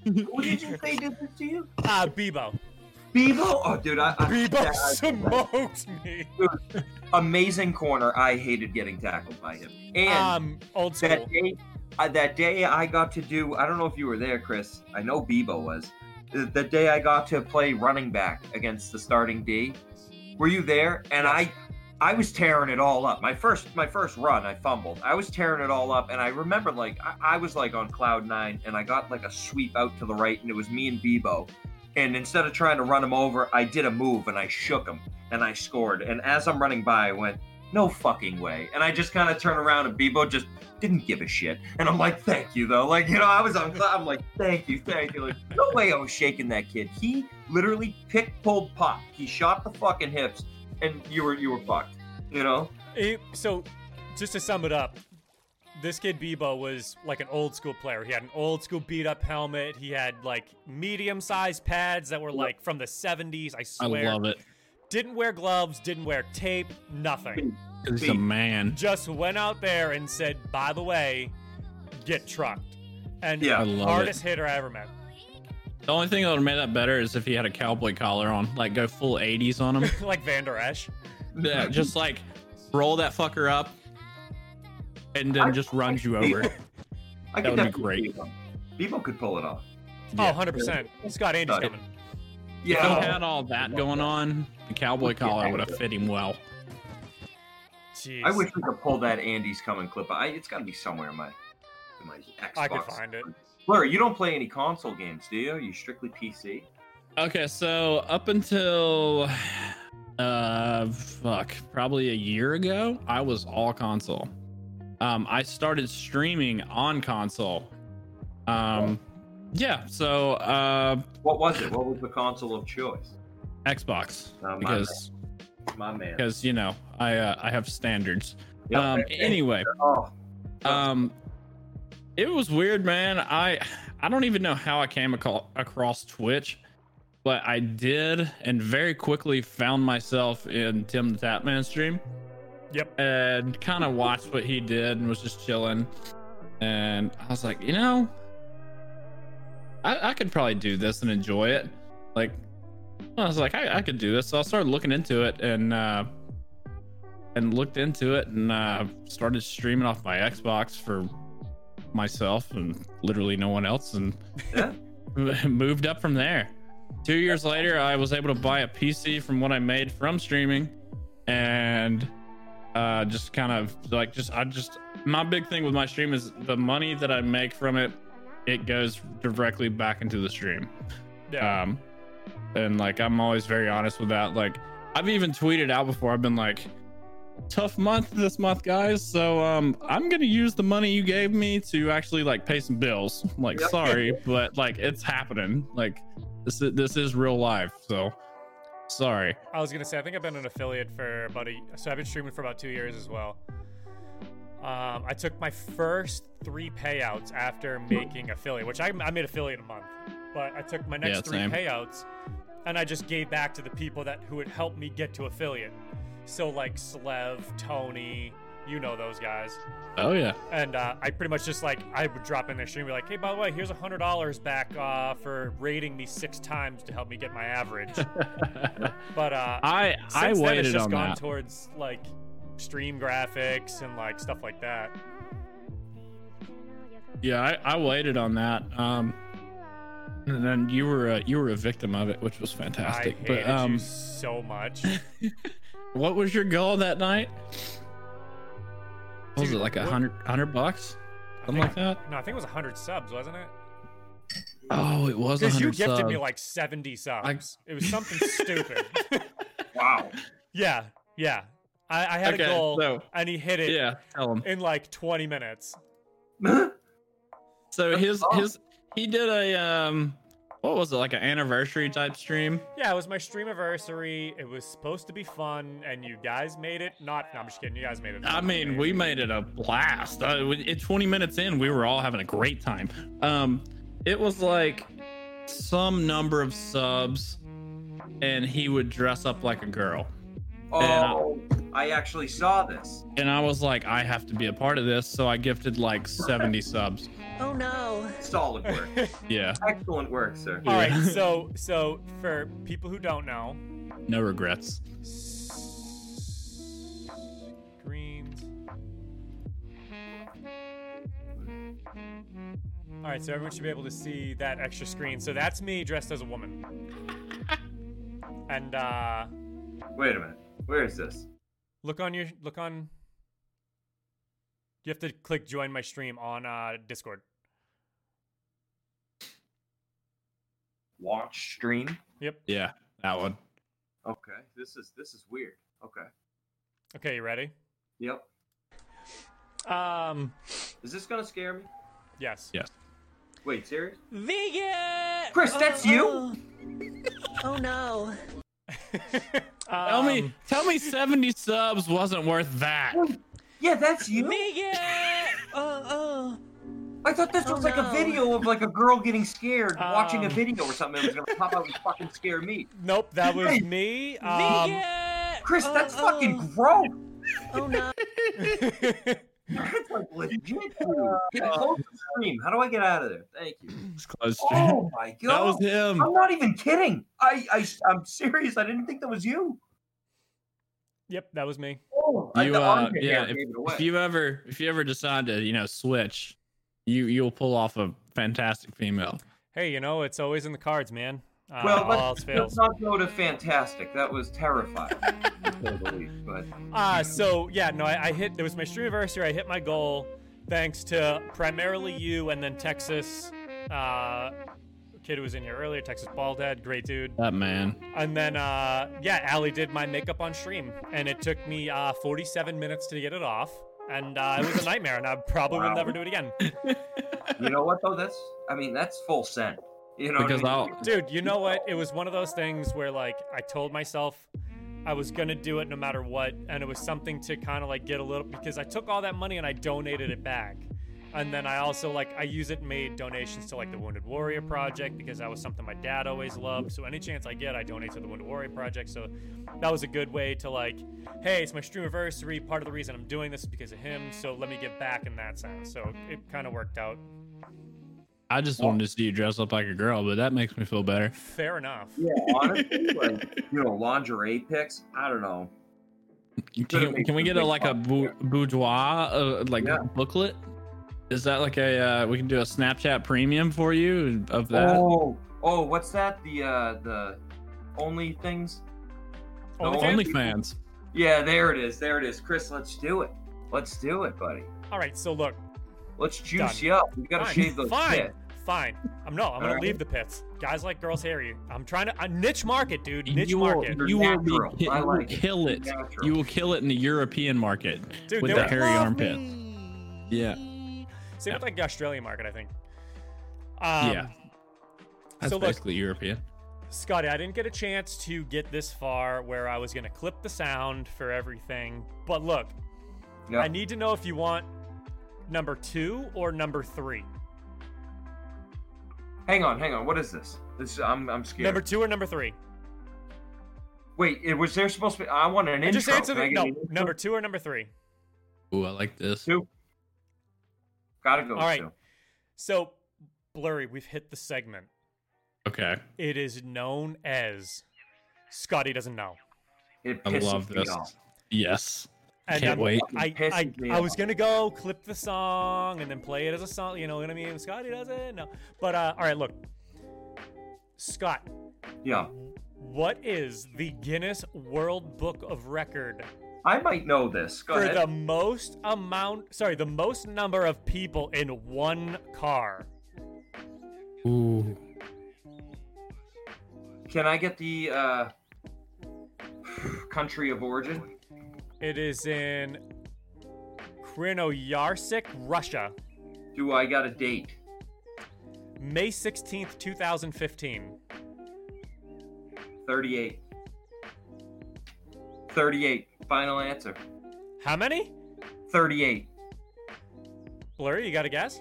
[SPEAKER 2] who did you say did this to you?
[SPEAKER 1] Uh,
[SPEAKER 3] Ah, Bebo.
[SPEAKER 2] Bebo? Oh, dude, I, I,
[SPEAKER 3] Bebo
[SPEAKER 2] that-
[SPEAKER 3] smoked me.
[SPEAKER 2] amazing corner. I hated getting tackled by him. And
[SPEAKER 1] Ah,
[SPEAKER 3] Um, old
[SPEAKER 2] that
[SPEAKER 3] school.
[SPEAKER 2] day, uh, that day I got to do. I don't know if you were there, Chris. I know Bebo was. The the day I got to play running back against the starting D. Were you there? And I, I was tearing it all up. My first, my first run, I fumbled. I was tearing it all up, and I remember like I, I was like on cloud nine, and I got like a sweep out to the right, and it was me and Bebo. And instead of trying to run him over, I did a move and I shook him and I scored. And as I'm running by, I went, "No fucking way!" And I just kind of turned around, and Bebo just didn't give a shit. And I'm like, thank you though. Like, you know, I was on I'm like, thank you, thank you. Like, no way I was shaking that kid. He literally pick pulled pop. He shot the fucking hips and you were you were fucked. You know?
[SPEAKER 3] It- so, just to sum it up, this kid Bebo was like an old school player. He had an old school beat up helmet. He had like medium sized pads that were like from the 70s. I
[SPEAKER 1] I
[SPEAKER 3] swear.
[SPEAKER 1] love it.
[SPEAKER 3] Didn't wear gloves. Didn't wear tape. Nothing.
[SPEAKER 1] He's a man.
[SPEAKER 3] Just went out there and said, "By the way, get trucked." And
[SPEAKER 2] Yeah. I
[SPEAKER 1] love it.
[SPEAKER 3] hardest hitter I ever met.
[SPEAKER 1] The only thing that would have made that better is if he had a cowboy collar on, like go full 80s on him.
[SPEAKER 3] like Van Der Esch.
[SPEAKER 1] yeah, just like roll that fucker up, and then just runs you over.
[SPEAKER 2] I
[SPEAKER 1] That
[SPEAKER 2] could
[SPEAKER 1] would be
[SPEAKER 2] definitely see him. Bebo could pull it off.
[SPEAKER 1] Yeah.
[SPEAKER 3] Oh, 100%. He's got Andy's
[SPEAKER 2] Got it.
[SPEAKER 3] coming.
[SPEAKER 1] If
[SPEAKER 2] Yeah.
[SPEAKER 1] he had all that going on, the cowboy collar would have fit him well.
[SPEAKER 3] Jeez.
[SPEAKER 2] I wish we could pull that Andy's coming clip. I, it's gotta be somewhere in my in my Xbox.
[SPEAKER 3] I could find it.
[SPEAKER 2] Blur, you don't play any console games, do you? You strictly PC?
[SPEAKER 1] Okay, so up until uh fuck, probably a year ago, I was all console. Um I started streaming on console. Um yeah, so uh
[SPEAKER 2] What was it? What was the console of choice?
[SPEAKER 1] Xbox
[SPEAKER 2] Uh, my
[SPEAKER 1] because
[SPEAKER 2] man. my man.
[SPEAKER 1] because you know, I uh, I have standards.
[SPEAKER 2] Yep.
[SPEAKER 1] Um anyway,
[SPEAKER 2] Oh,
[SPEAKER 1] um it was weird man i i don't even know how i came aco- across twitch but i did and very quickly found myself in tim the tapman stream
[SPEAKER 3] Yep.
[SPEAKER 1] and kind of watched what he did and was just chilling and i was like you know i, I could probably do this and enjoy it like i was like I, I could do this so i started looking into it and uh and looked into it and uh, started streaming off my Xbox for myself and literally no one else and
[SPEAKER 2] Yeah.
[SPEAKER 1] moved up from there. Two years later, I was able to buy a PC from what I made from streaming and uh, just kind of like just I just my big thing with my stream is the money that I make from it, it goes directly back into the stream
[SPEAKER 3] Yeah.
[SPEAKER 1] um and like i'm always very honest with that like I've even tweeted out before. I've been like, tough month this month, guys. So um, I'm gonna use the money you gave me to actually like pay some bills. I'm like,
[SPEAKER 2] Yeah.
[SPEAKER 1] sorry, but like it's happening. Like this is, this is real life. So sorry.
[SPEAKER 3] I was gonna say I think I've been an affiliate for about a so I've been streaming for about two years as well. Um, I took my first three payouts after making affiliate, which I, I made affiliate a month, but I took my next
[SPEAKER 1] Yeah,
[SPEAKER 3] three
[SPEAKER 1] same.
[SPEAKER 3] payouts, and I just gave back to the people that who had helped me get to affiliate. So like Slev, Tony, you know those guys,
[SPEAKER 1] Oh yeah.
[SPEAKER 3] and uh, I pretty much just like I would drop in their stream, and be like, hey, by the way, here's a hundred dollars back uh, for rating me six times to help me get my average. But uh,
[SPEAKER 1] I I
[SPEAKER 3] since then, it's
[SPEAKER 1] waited
[SPEAKER 3] just
[SPEAKER 1] on
[SPEAKER 3] gone
[SPEAKER 1] that.
[SPEAKER 3] towards like stream graphics and like stuff like that.
[SPEAKER 1] yeah, I, I waited on that. Um, and then you were a, you were a victim of it, which was fantastic.
[SPEAKER 3] I hated
[SPEAKER 1] but um,
[SPEAKER 3] you so much.
[SPEAKER 1] what was your goal that night? What was
[SPEAKER 3] Dude,
[SPEAKER 1] it like a
[SPEAKER 3] what-
[SPEAKER 1] hundred hundred bucks? Something
[SPEAKER 3] I
[SPEAKER 1] like
[SPEAKER 3] think-
[SPEAKER 1] that?
[SPEAKER 3] No, I think it was 100 subs, wasn't it?
[SPEAKER 1] Oh, it was
[SPEAKER 3] Because you
[SPEAKER 1] 100
[SPEAKER 3] gifted me
[SPEAKER 1] subs.
[SPEAKER 3] like 70 subs. It was something stupid.
[SPEAKER 2] Wow.
[SPEAKER 3] Yeah, yeah. I, I had a
[SPEAKER 1] Okay,
[SPEAKER 3] goal
[SPEAKER 1] so-
[SPEAKER 3] and he hit it
[SPEAKER 1] yeah, tell him.
[SPEAKER 3] in like 20 minutes.
[SPEAKER 1] So
[SPEAKER 2] That's
[SPEAKER 1] his
[SPEAKER 2] awesome.
[SPEAKER 1] his he did a um what was it like an anniversary type stream?
[SPEAKER 3] Yeah, it was my stream anniversary. It was supposed to be fun, and you guys made it. Not, no, I'm just kidding. You guys made it.
[SPEAKER 1] I mean, we made it a blast. Uh, we- it 20 minutes in, we were all having a great time. Um, it was like some number of subs, and he would dress up like a girl.
[SPEAKER 2] Oh, I actually saw this.
[SPEAKER 1] And I was like, I have to be a part of this, so I gifted like 70 subs.
[SPEAKER 5] Oh no.
[SPEAKER 2] Solid work.
[SPEAKER 1] Yeah,
[SPEAKER 2] Excellent work, sir.
[SPEAKER 3] All right,
[SPEAKER 1] Yeah.
[SPEAKER 3] so so for people who don't know,
[SPEAKER 1] no regrets.
[SPEAKER 3] Greens. All right, so everyone should be able to see that extra screen. So that's me dressed as a woman. And uh
[SPEAKER 2] Wait a minute. Where is this?
[SPEAKER 3] look on your look on You have to click join my stream on uh Discord.
[SPEAKER 2] Watch stream.
[SPEAKER 1] Yeah, that one.
[SPEAKER 2] Okay. This is this is weird. Okay.
[SPEAKER 3] Okay, you ready?
[SPEAKER 2] Yep.
[SPEAKER 3] Um
[SPEAKER 2] Is this gonna scare me?
[SPEAKER 3] yes.
[SPEAKER 1] Yeah.
[SPEAKER 2] Wait, serious?
[SPEAKER 5] Vegan.
[SPEAKER 2] Chris, that's you?
[SPEAKER 5] Oh no.
[SPEAKER 1] Tell me,
[SPEAKER 3] Um,
[SPEAKER 1] tell me, 70 subs wasn't worth that.
[SPEAKER 2] Yeah, that's you.
[SPEAKER 5] Vegan. Oh oh.
[SPEAKER 2] I thought this
[SPEAKER 5] Oh,
[SPEAKER 2] was like a
[SPEAKER 5] no.
[SPEAKER 2] video of like a girl getting scared watching a
[SPEAKER 3] Um.
[SPEAKER 2] video or something. It was gonna pop out and fucking scare me.
[SPEAKER 3] Nope, that was me. Um,
[SPEAKER 5] Vegan.
[SPEAKER 2] Chris,
[SPEAKER 5] Oh,
[SPEAKER 2] that's
[SPEAKER 5] oh.
[SPEAKER 2] fucking gross.
[SPEAKER 5] Oh no.
[SPEAKER 2] That's like legit, dude. Close the stream. How do I get out of there? Thank you.
[SPEAKER 1] It's close.
[SPEAKER 2] Oh my god.
[SPEAKER 1] that was him.
[SPEAKER 2] I'm not even kidding. I, I I'm serious. I didn't think that was you.
[SPEAKER 3] yep, that was me.
[SPEAKER 2] Oh, I-
[SPEAKER 1] you
[SPEAKER 2] the
[SPEAKER 1] uh,
[SPEAKER 2] armpit
[SPEAKER 1] yeah
[SPEAKER 2] hair
[SPEAKER 1] if,
[SPEAKER 2] gave it away.
[SPEAKER 1] if you ever if you ever decide to you know switch you you'll pull off a fantastic female
[SPEAKER 3] Hey, you know, it's always in the cards, man. Uh,
[SPEAKER 2] Well,
[SPEAKER 3] all
[SPEAKER 2] let's-
[SPEAKER 3] else
[SPEAKER 2] Let's
[SPEAKER 3] fails.
[SPEAKER 2] not go to fantastic. That was terrifying. to say the least, but
[SPEAKER 3] Uh, so yeah, no, I, I hit. It was my stream anniversary. I hit my goal, thanks to primarily you and then Texas, uh, kid who was in here earlier, Texas Baldhead, great dude.
[SPEAKER 1] that man
[SPEAKER 3] And then uh, yeah, Allie did my makeup on stream, and it took me uh, 47 minutes to get it off, and uh, it was a nightmare, and I probably
[SPEAKER 2] Wow.
[SPEAKER 3] would never do it again,
[SPEAKER 2] you know what though? That's I mean that's full send. You know what I
[SPEAKER 1] because
[SPEAKER 2] mean?
[SPEAKER 1] i'll
[SPEAKER 3] dude. You know what? It was one of those things where like I told myself. I was gonna do it no matter what, and it was something to kind of like get a little because I took all that money and I donated it back, and then I also like I use it made donations to like the Wounded Warrior Project because that was something my dad always loved. So any chance I get, I donate to the Wounded Warrior Project. So that was a good way to like, hey, it's my stream anniversary. Part of the reason I'm doing this is because of him. So let me give back in that sense. So it kind of worked out.
[SPEAKER 1] i just wanted to see you dress up like a girl but that makes me feel better
[SPEAKER 3] Fair enough.
[SPEAKER 2] Yeah, honestly, like, you know, lingerie pics. I don't know.
[SPEAKER 1] can, you- can we get a like a bou- boudoir uh, like
[SPEAKER 2] Yeah.
[SPEAKER 1] booklet is that like a uh, we can do a snapchat premium for you of that
[SPEAKER 2] Oh, oh, what's that? The uh the only things?
[SPEAKER 3] Only
[SPEAKER 2] No,
[SPEAKER 3] fan-
[SPEAKER 1] only fans
[SPEAKER 2] Yeah, there it is. There it is. Chris, let's do it. Let's do it, buddy.
[SPEAKER 3] All right. So look,
[SPEAKER 2] Let's juice
[SPEAKER 3] Done.
[SPEAKER 2] you up. We gotta
[SPEAKER 3] fine,
[SPEAKER 2] shave those
[SPEAKER 3] fine,
[SPEAKER 2] tits.
[SPEAKER 3] fine. I'm no. I'm gonna
[SPEAKER 2] Alright.
[SPEAKER 3] leave the pits. Guys like girls hairy. I'm trying to uh, niche market, dude.
[SPEAKER 1] You
[SPEAKER 3] Niche
[SPEAKER 1] will-
[SPEAKER 3] market.
[SPEAKER 2] You're
[SPEAKER 1] You will, be-
[SPEAKER 2] natural.
[SPEAKER 1] you
[SPEAKER 2] I
[SPEAKER 1] will
[SPEAKER 2] like it.
[SPEAKER 1] kill it.
[SPEAKER 2] Natural.
[SPEAKER 1] You will kill it in the European market
[SPEAKER 3] Dude,
[SPEAKER 1] with
[SPEAKER 3] they
[SPEAKER 1] the
[SPEAKER 3] would
[SPEAKER 1] hairy
[SPEAKER 3] love
[SPEAKER 1] armpit. Yeah.
[SPEAKER 3] Same with like the Australian market, I think. Um,
[SPEAKER 1] Yeah. That's
[SPEAKER 3] So look-
[SPEAKER 1] basically European.
[SPEAKER 3] Scotty, I didn't get a chance to get this far where I was gonna clip the sound for everything. But look,
[SPEAKER 2] Yeah.
[SPEAKER 3] I need to know if you want number two or number three.
[SPEAKER 2] hang on, hang on. What is this? This I'm I'm scared.
[SPEAKER 3] Number two or number three?
[SPEAKER 2] Wait, it was there supposed to be? I want an
[SPEAKER 3] And
[SPEAKER 2] intro.
[SPEAKER 3] just answer
[SPEAKER 2] Can I get
[SPEAKER 3] the no
[SPEAKER 2] an intro?
[SPEAKER 3] number two or number three.
[SPEAKER 1] Ooh, I like this.
[SPEAKER 2] two. Gotta go.
[SPEAKER 3] All right.
[SPEAKER 2] Two.
[SPEAKER 3] So, blurry, we've hit the segment.
[SPEAKER 1] Okay.
[SPEAKER 3] It is known as Scotty doesn't know.
[SPEAKER 2] It
[SPEAKER 1] I
[SPEAKER 2] pisses
[SPEAKER 1] love
[SPEAKER 2] me
[SPEAKER 1] this.
[SPEAKER 2] off.
[SPEAKER 1] Yes.
[SPEAKER 3] And
[SPEAKER 1] Can't
[SPEAKER 3] I'm-
[SPEAKER 1] wait.
[SPEAKER 3] I,
[SPEAKER 2] Fucking
[SPEAKER 3] I,
[SPEAKER 2] pisses me
[SPEAKER 3] I was
[SPEAKER 2] off.
[SPEAKER 3] gonna go clip the song and then play it as a song. You know what I mean? Scotty doesn't know. But uh, all right, look, Scott,
[SPEAKER 2] Yeah,
[SPEAKER 3] what is the Guinness World Book of Record
[SPEAKER 2] I might know this. Go
[SPEAKER 3] for
[SPEAKER 2] ahead.
[SPEAKER 3] the most amount? Sorry, the most number of people in one car.
[SPEAKER 1] Ooh.
[SPEAKER 2] Can I get the uh, country of origin?
[SPEAKER 3] It is in Krasnoyarsk, Russia,
[SPEAKER 2] Do I got a date?
[SPEAKER 3] May 16th, 2015.
[SPEAKER 2] 38. 38. Final answer.
[SPEAKER 3] How many?
[SPEAKER 2] 38.
[SPEAKER 3] Blurry, you got a guess?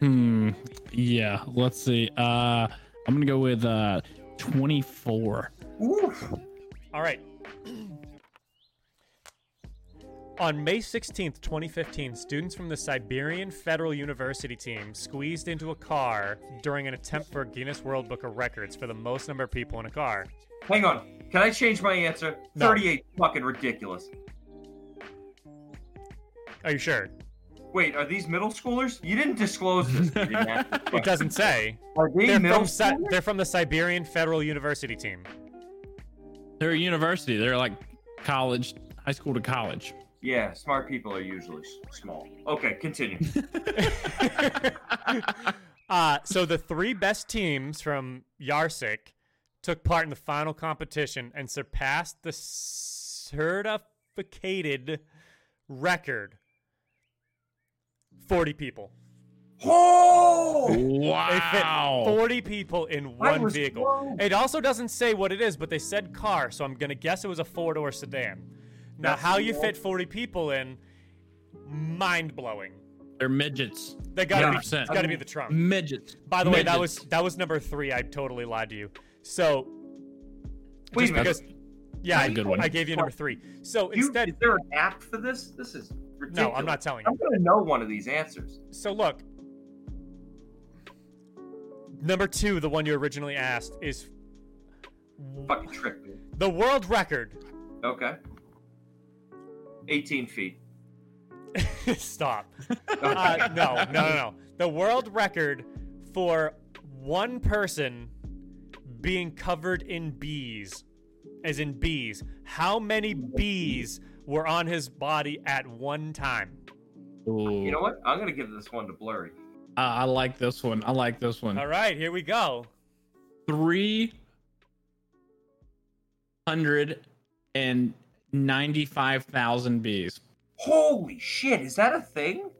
[SPEAKER 1] Hmm. Yeah. Let's see. Uh, I'm gonna go with uh, 24.
[SPEAKER 2] Oof.
[SPEAKER 3] All right. On May 16th, 2015, students from the Siberian Federal University team squeezed into a car during an attempt for a Guinness World Book of Records for the most number of people in a car.
[SPEAKER 2] Hang on. Can I change my answer?
[SPEAKER 3] No.
[SPEAKER 2] 38. Fucking ridiculous.
[SPEAKER 3] Are you sure?
[SPEAKER 2] Wait, are these middle schoolers? You didn't disclose this. You didn't ask the
[SPEAKER 3] It
[SPEAKER 2] question.
[SPEAKER 3] doesn't say.
[SPEAKER 2] Are they
[SPEAKER 3] They're
[SPEAKER 2] middle
[SPEAKER 3] from, Si-
[SPEAKER 2] schoolers?
[SPEAKER 3] they're from the Siberian Federal University team.
[SPEAKER 1] They're a university. They're like college, high school to college.
[SPEAKER 2] Yeah, smart people are usually s- small. Okay, continue.
[SPEAKER 3] Uh, so the three best teams from Yarsik took part in the final competition and surpassed the certificated record 40 people.
[SPEAKER 2] oh!
[SPEAKER 3] They fit
[SPEAKER 1] Wow.
[SPEAKER 3] 40 people in
[SPEAKER 2] I
[SPEAKER 3] one
[SPEAKER 2] was
[SPEAKER 3] vehicle.
[SPEAKER 2] wrong.
[SPEAKER 3] It also doesn't say what it is, but they said car, so I'm going to guess it was a four door sedan. Now,
[SPEAKER 2] That's
[SPEAKER 3] how you
[SPEAKER 2] cool.
[SPEAKER 3] fit 40 people in, mind blowing.
[SPEAKER 1] They're midgets.
[SPEAKER 3] They gotta be,
[SPEAKER 1] 100%.
[SPEAKER 3] it's gotta be the trunk.
[SPEAKER 1] Midgets.
[SPEAKER 3] By the way, that was
[SPEAKER 1] Midgets.
[SPEAKER 3] that was number three. I totally lied to you. So
[SPEAKER 2] Wait a minute.
[SPEAKER 3] just because, yeah,
[SPEAKER 1] That's
[SPEAKER 3] I,
[SPEAKER 1] a good one.
[SPEAKER 3] I gave you number three. So
[SPEAKER 2] You-
[SPEAKER 3] instead,
[SPEAKER 2] is there an app for this? This is ridiculous.
[SPEAKER 3] no, I'm not telling
[SPEAKER 2] I'm
[SPEAKER 3] you.
[SPEAKER 2] gonna know one of these answers.
[SPEAKER 1] Oh.
[SPEAKER 3] So look, number two, the one you originally asked, is
[SPEAKER 2] Fucking trick me.
[SPEAKER 3] the world record.
[SPEAKER 2] Okay. 18 feet.
[SPEAKER 3] Stop. Uh, no, no, no, no. The world record for one person being covered in bees, as in bees. How many bees were on his body at one time?
[SPEAKER 1] Ooh.
[SPEAKER 2] You know what? I'm gonna give this one to Blurry.
[SPEAKER 1] I I like this one. I like this one.
[SPEAKER 3] All right, here we go.
[SPEAKER 1] Three hundred and ninety-five thousand bees.
[SPEAKER 2] Holy shit! Is that a thing?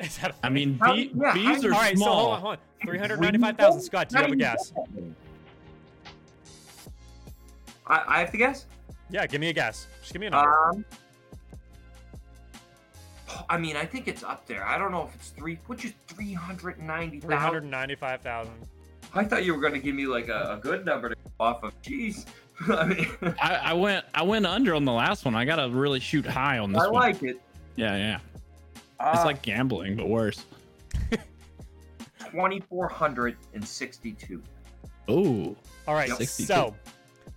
[SPEAKER 3] Is that a
[SPEAKER 1] I mean,
[SPEAKER 2] How-
[SPEAKER 1] bee,
[SPEAKER 2] yeah,
[SPEAKER 1] bees
[SPEAKER 2] how-
[SPEAKER 1] are
[SPEAKER 3] all right, so
[SPEAKER 1] small.
[SPEAKER 3] hold on, hold on. 395,000. Scott, do you have a guess?
[SPEAKER 2] I, I have to guess.
[SPEAKER 3] Yeah, give me a guess. Just give me a number.
[SPEAKER 2] Um, I mean, I think it's up there. I don't know if it's three. Which is three hundred ninety thousand?
[SPEAKER 3] 395,000.
[SPEAKER 2] I thought you were gonna give me like a, a good number to go off of. Jeez. I mean,
[SPEAKER 1] I, I went I went under on the last one. I gotta really shoot high on this
[SPEAKER 2] I
[SPEAKER 1] one.
[SPEAKER 2] like it.
[SPEAKER 1] Yeah, yeah.
[SPEAKER 2] Uh,
[SPEAKER 1] It's like gambling, but worse.
[SPEAKER 2] twenty four hundred and sixty two.
[SPEAKER 1] Ooh.
[SPEAKER 3] All right,
[SPEAKER 1] 62.
[SPEAKER 3] so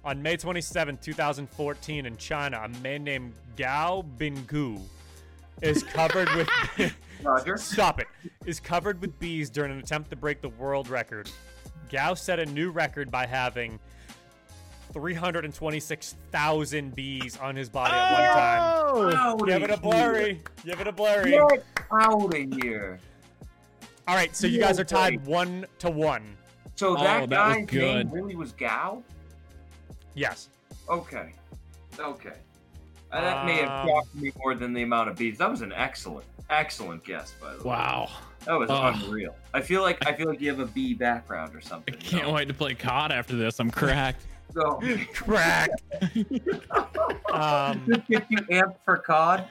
[SPEAKER 3] on May 27, 2014, in China, a man named Gao Bingu is covered with.
[SPEAKER 2] Roger.
[SPEAKER 3] Stop it. Is covered with bees during an attempt to break the world record. Gao set a new record by having 326,000 bees on his body at one time.
[SPEAKER 2] Outta
[SPEAKER 3] Give it a
[SPEAKER 2] here.
[SPEAKER 3] blurry. Give it a blurry.
[SPEAKER 2] Get out of here.
[SPEAKER 3] All right, so you guys are tied one to one.
[SPEAKER 2] So
[SPEAKER 1] Oh, that was
[SPEAKER 2] that guy's name
[SPEAKER 1] good.
[SPEAKER 2] really was Gao.
[SPEAKER 3] Yes.
[SPEAKER 2] Okay, okay. Uh, that may have
[SPEAKER 3] Um,
[SPEAKER 2] cost me more than the amount of beads. That was an excellent, excellent guess, by the way.
[SPEAKER 1] Wow.
[SPEAKER 2] That was
[SPEAKER 1] Oh.
[SPEAKER 2] unreal. I feel like I feel like you have a B background or
[SPEAKER 1] I
[SPEAKER 2] something. you
[SPEAKER 1] can't
[SPEAKER 2] know?
[SPEAKER 1] wait to play COD after this. I'm cracked.
[SPEAKER 2] So
[SPEAKER 3] Crack. um,
[SPEAKER 2] did you amp for COD?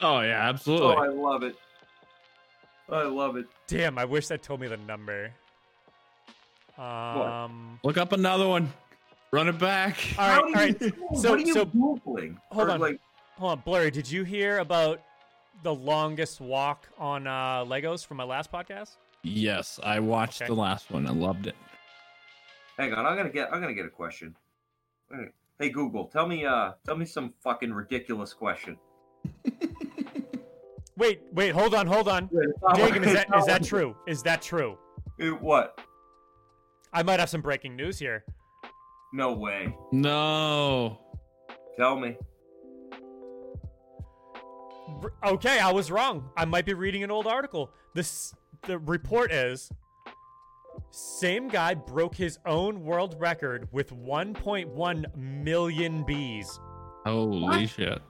[SPEAKER 1] Oh yeah,
[SPEAKER 2] Oh,
[SPEAKER 1] absolutely.
[SPEAKER 2] I love it. I love it.
[SPEAKER 3] damn, I wish that told me the number. Um,
[SPEAKER 1] Look up another one. Run it back.
[SPEAKER 3] all right,
[SPEAKER 2] How
[SPEAKER 3] all
[SPEAKER 2] do you
[SPEAKER 3] right.
[SPEAKER 2] know?
[SPEAKER 3] So-
[SPEAKER 2] what are you
[SPEAKER 3] so-
[SPEAKER 2] googling?
[SPEAKER 3] Hold
[SPEAKER 2] Or,
[SPEAKER 3] on.
[SPEAKER 2] Like,
[SPEAKER 3] Hold on, Blurry. Did you hear about the longest walk on uh, Legos from my last podcast?
[SPEAKER 1] Yes, I watched
[SPEAKER 3] Okay.
[SPEAKER 1] the last one. I loved it.
[SPEAKER 2] hang on, I'm gonna get. I'm gonna get a question. All right. Hey Google, tell me. Uh, tell me some fucking ridiculous question.
[SPEAKER 3] Wait, wait, hold on, hold on. Jacob, is that is that true? Is that true?
[SPEAKER 2] Uh, What?
[SPEAKER 3] I might have some breaking news here.
[SPEAKER 2] No way.
[SPEAKER 1] No.
[SPEAKER 2] Tell me.
[SPEAKER 3] Br- Okay, I was wrong. I might be reading an old article. This the report is same guy broke his own world record with 1.1 million bees.
[SPEAKER 1] Holy shit.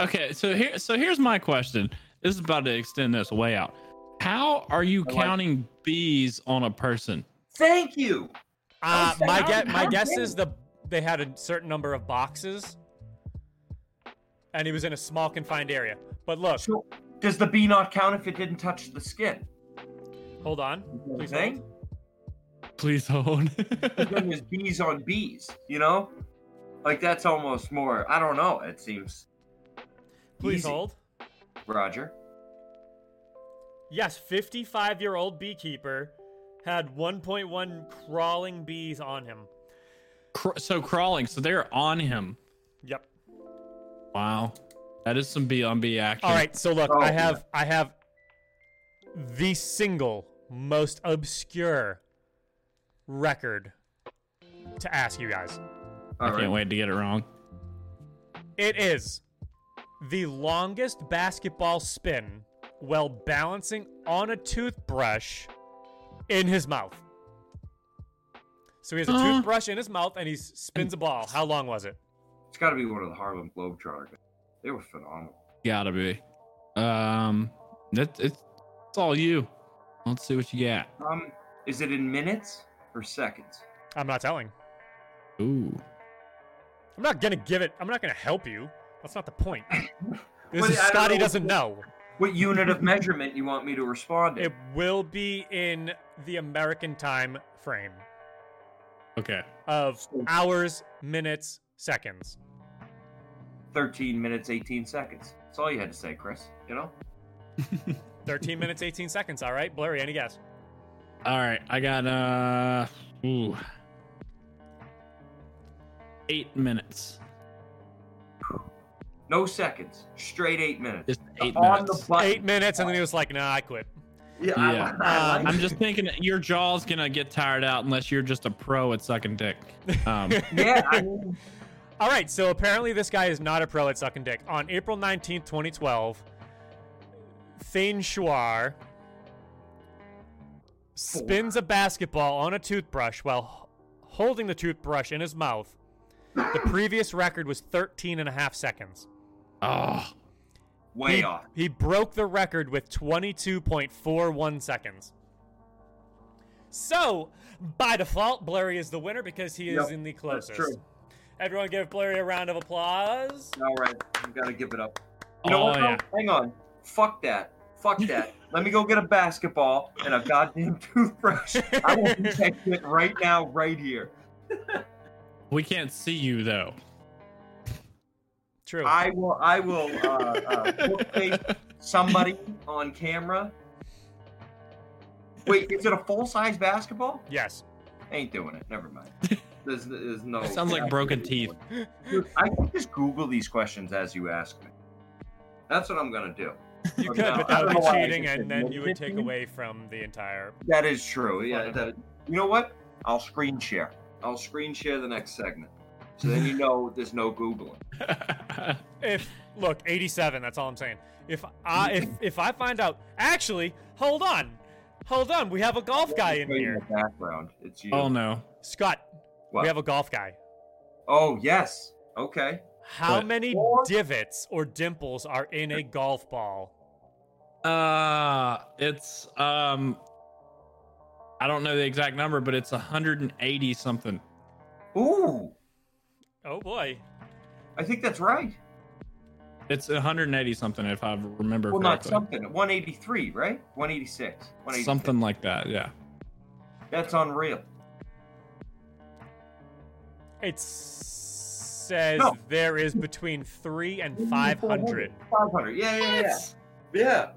[SPEAKER 1] Okay, so here so here's my question. This is about to extend this way out. How are you
[SPEAKER 2] I like-
[SPEAKER 1] counting bees on a person?
[SPEAKER 2] Thank you.
[SPEAKER 3] Uh,
[SPEAKER 2] Oh,
[SPEAKER 3] my
[SPEAKER 2] how-
[SPEAKER 3] guess, my
[SPEAKER 2] how
[SPEAKER 3] guess
[SPEAKER 2] big?
[SPEAKER 3] is the they had a certain number of boxes, and he was in a small confined area. But look,
[SPEAKER 2] So, does the bee not count if it didn't touch the skin?
[SPEAKER 3] hold on,
[SPEAKER 2] You
[SPEAKER 3] please
[SPEAKER 2] think?
[SPEAKER 3] hold.
[SPEAKER 1] Please hold.
[SPEAKER 2] then there's bees on bees, you know? Like that's almost more I don't know, it seems
[SPEAKER 3] Please
[SPEAKER 2] Easy.
[SPEAKER 3] hold.
[SPEAKER 2] Roger.
[SPEAKER 3] Yes, 55 year old beekeeper had 1.1 crawling bees on him.
[SPEAKER 1] Cr- so crawling, so they're on him.
[SPEAKER 3] Yep.
[SPEAKER 1] Wow. That is some bee on bee action.
[SPEAKER 3] All right. So look,
[SPEAKER 2] Oh,
[SPEAKER 3] I have I have the single most obscure record to ask you guys.
[SPEAKER 1] I
[SPEAKER 2] All
[SPEAKER 1] can't
[SPEAKER 2] right.
[SPEAKER 1] wait to get it wrong.
[SPEAKER 3] It is the longest basketball spin while balancing on a toothbrush in his mouth. So he has a
[SPEAKER 2] Uh-huh.
[SPEAKER 1] Uh.
[SPEAKER 3] toothbrush in his mouth and he s- spins a ball. How long was it?
[SPEAKER 2] It's gotta be one of the Harlem Globetrotters. They were phenomenal.
[SPEAKER 1] Gotta be. Um that it's it's all you. Let's see what you got.
[SPEAKER 2] Um is it in minutes or seconds?
[SPEAKER 3] I'm not telling.
[SPEAKER 1] Ooh.
[SPEAKER 3] I'm not gonna give it. I'm not gonna help you. That's not the point. This
[SPEAKER 2] Well,
[SPEAKER 3] is
[SPEAKER 2] I don't
[SPEAKER 3] Scotty
[SPEAKER 2] know
[SPEAKER 3] doesn't
[SPEAKER 2] what-
[SPEAKER 3] know.
[SPEAKER 2] What unit of measurement you want me to respond in?
[SPEAKER 3] It will be in the American time frame
[SPEAKER 1] Okay.
[SPEAKER 3] of hours, minutes, seconds.
[SPEAKER 2] Thirteen minutes, eighteen seconds. That's all you had to say, Chris. You know?
[SPEAKER 3] 13 minutes, 18 seconds. All right, blurry. Any guess?
[SPEAKER 1] All right, I got uh ooh. 8 minutes.
[SPEAKER 2] No seconds. Straight eight minutes.
[SPEAKER 1] Just 8
[SPEAKER 2] on the
[SPEAKER 1] minutes.
[SPEAKER 2] button.
[SPEAKER 3] Eight minutes, and then he was like, "Nah, I quit."
[SPEAKER 2] Yeah, I-
[SPEAKER 1] Yeah.
[SPEAKER 2] I
[SPEAKER 3] Um,
[SPEAKER 2] like
[SPEAKER 1] Uh, I'm just thinking that your jaw's going to get tired out unless you're just a pro at sucking dick. Um
[SPEAKER 2] it. yeah, I mean,
[SPEAKER 3] All right, so apparently this guy is not a pro at sucking dick. On April 19th, 2012, Thane Schwar spins a basketball on a toothbrush while h- holding the toothbrush in his mouth. The previous record was 13 and a half seconds.
[SPEAKER 1] oh,
[SPEAKER 2] way
[SPEAKER 3] he,
[SPEAKER 2] off.
[SPEAKER 3] He broke the record with 22.41 seconds. So, by default, Blurry is the winner because he is
[SPEAKER 2] Yep,
[SPEAKER 3] in the
[SPEAKER 2] that's
[SPEAKER 3] closest.
[SPEAKER 2] true.
[SPEAKER 3] Everyone give Blurry a round of applause.
[SPEAKER 2] All right, you gotta give it up.
[SPEAKER 1] Oh,
[SPEAKER 2] You know what? though?
[SPEAKER 1] yeah.
[SPEAKER 2] Hang on. Fuck that. Fuck that. Let me go get a basketball and a goddamn toothbrush. I will do that shit right now, right here.
[SPEAKER 1] we can't see you though.
[SPEAKER 3] True.
[SPEAKER 2] I will. I will. Uh, uh, book tape somebody on camera. Wait, is it a full size basketball?
[SPEAKER 3] yes.
[SPEAKER 2] Ain't doing it. Never mind. There's, there's no.
[SPEAKER 1] It sounds like broken teeth.
[SPEAKER 2] Dude, I can just Google these questions as you ask me. That's what I'm gonna do.
[SPEAKER 3] You
[SPEAKER 2] Or
[SPEAKER 3] could,
[SPEAKER 2] no.
[SPEAKER 3] but
[SPEAKER 2] I
[SPEAKER 3] that
[SPEAKER 2] don't
[SPEAKER 3] would
[SPEAKER 2] know
[SPEAKER 3] be
[SPEAKER 2] why I
[SPEAKER 3] cheating,
[SPEAKER 2] just said
[SPEAKER 3] and then you would take
[SPEAKER 2] 15.
[SPEAKER 3] away from the entire.
[SPEAKER 2] That is true. Yeah.
[SPEAKER 3] Fun.
[SPEAKER 2] that- you know what? I'll screen share. I'll screen share the next segment. So then you know there's no Googling.
[SPEAKER 3] If look, 87. That's all I'm saying. If I if if I find out, actually, hold on. Hold on, we have a golf guy in
[SPEAKER 2] Right
[SPEAKER 3] here.
[SPEAKER 2] the background. It's you.
[SPEAKER 1] Oh no.
[SPEAKER 3] Scott,
[SPEAKER 2] What?
[SPEAKER 3] we have a golf guy.
[SPEAKER 2] oh yes. Okay.
[SPEAKER 3] How
[SPEAKER 1] What?
[SPEAKER 3] many
[SPEAKER 2] Four.
[SPEAKER 3] divots or dimples are in a golf ball?
[SPEAKER 1] Uh it's um I don't know the exact number, but it's 180 something.
[SPEAKER 2] Ooh,
[SPEAKER 3] Oh boy.
[SPEAKER 2] I think that's right.
[SPEAKER 1] It's 180 something if I remember
[SPEAKER 2] Well, not
[SPEAKER 1] correctly.
[SPEAKER 2] something. 183, right? 186. 186.
[SPEAKER 1] something like that, yeah.
[SPEAKER 2] That's unreal.
[SPEAKER 3] It says
[SPEAKER 2] No.
[SPEAKER 3] there is between three and five hundred.
[SPEAKER 2] 500. Yeah, yeah, yeah. Yeah.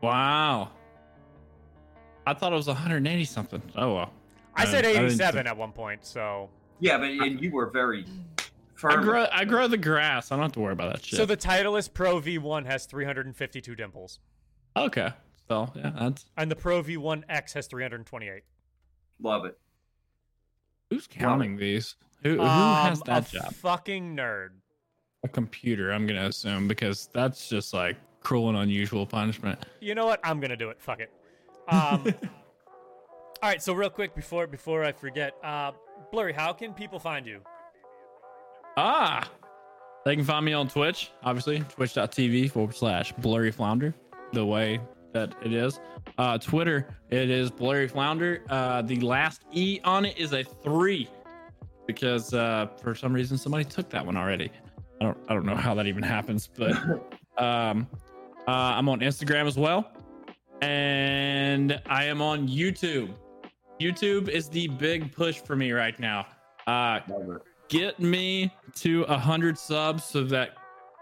[SPEAKER 1] Wow. I thought it was 180 something. Oh well.
[SPEAKER 3] I said
[SPEAKER 1] I didn't
[SPEAKER 3] eighty-seven at one point, so
[SPEAKER 2] Yeah, but and you were very
[SPEAKER 1] I
[SPEAKER 2] firm.
[SPEAKER 1] grow I grow the grass. I don't have to worry about that shit.
[SPEAKER 3] so the Titleist Pro V1 has three hundred and fifty-two dimples,
[SPEAKER 1] okay. So yeah, that's
[SPEAKER 3] and the Pro V1X has three hundred and twenty-eight.
[SPEAKER 2] Love it.
[SPEAKER 1] who's counting these? Who, who has
[SPEAKER 3] Um,
[SPEAKER 1] that
[SPEAKER 3] a
[SPEAKER 1] job?
[SPEAKER 3] Fucking nerd.
[SPEAKER 1] A computer, I'm gonna assume, because that's just like cruel and unusual punishment.
[SPEAKER 3] You know what? I'm gonna do it. Fuck it. Um, all right. So real quick before before I forget, uh, Blurry, how can people find you?
[SPEAKER 1] Ah, they can find me on Twitch, obviously, twitch.tv forward slash blurry flounder, the way that it is. Uh, Twitter, it is blurry flounder. Uh, the last E on it is a three because uh, for some reason somebody took that one already. I don't, I don't know how that even happens, but um, uh, I'm on Instagram as well. And I am on YouTube. YouTube is the big push for me right now. Uh,
[SPEAKER 2] Love it.
[SPEAKER 1] get me to a hundred subs so that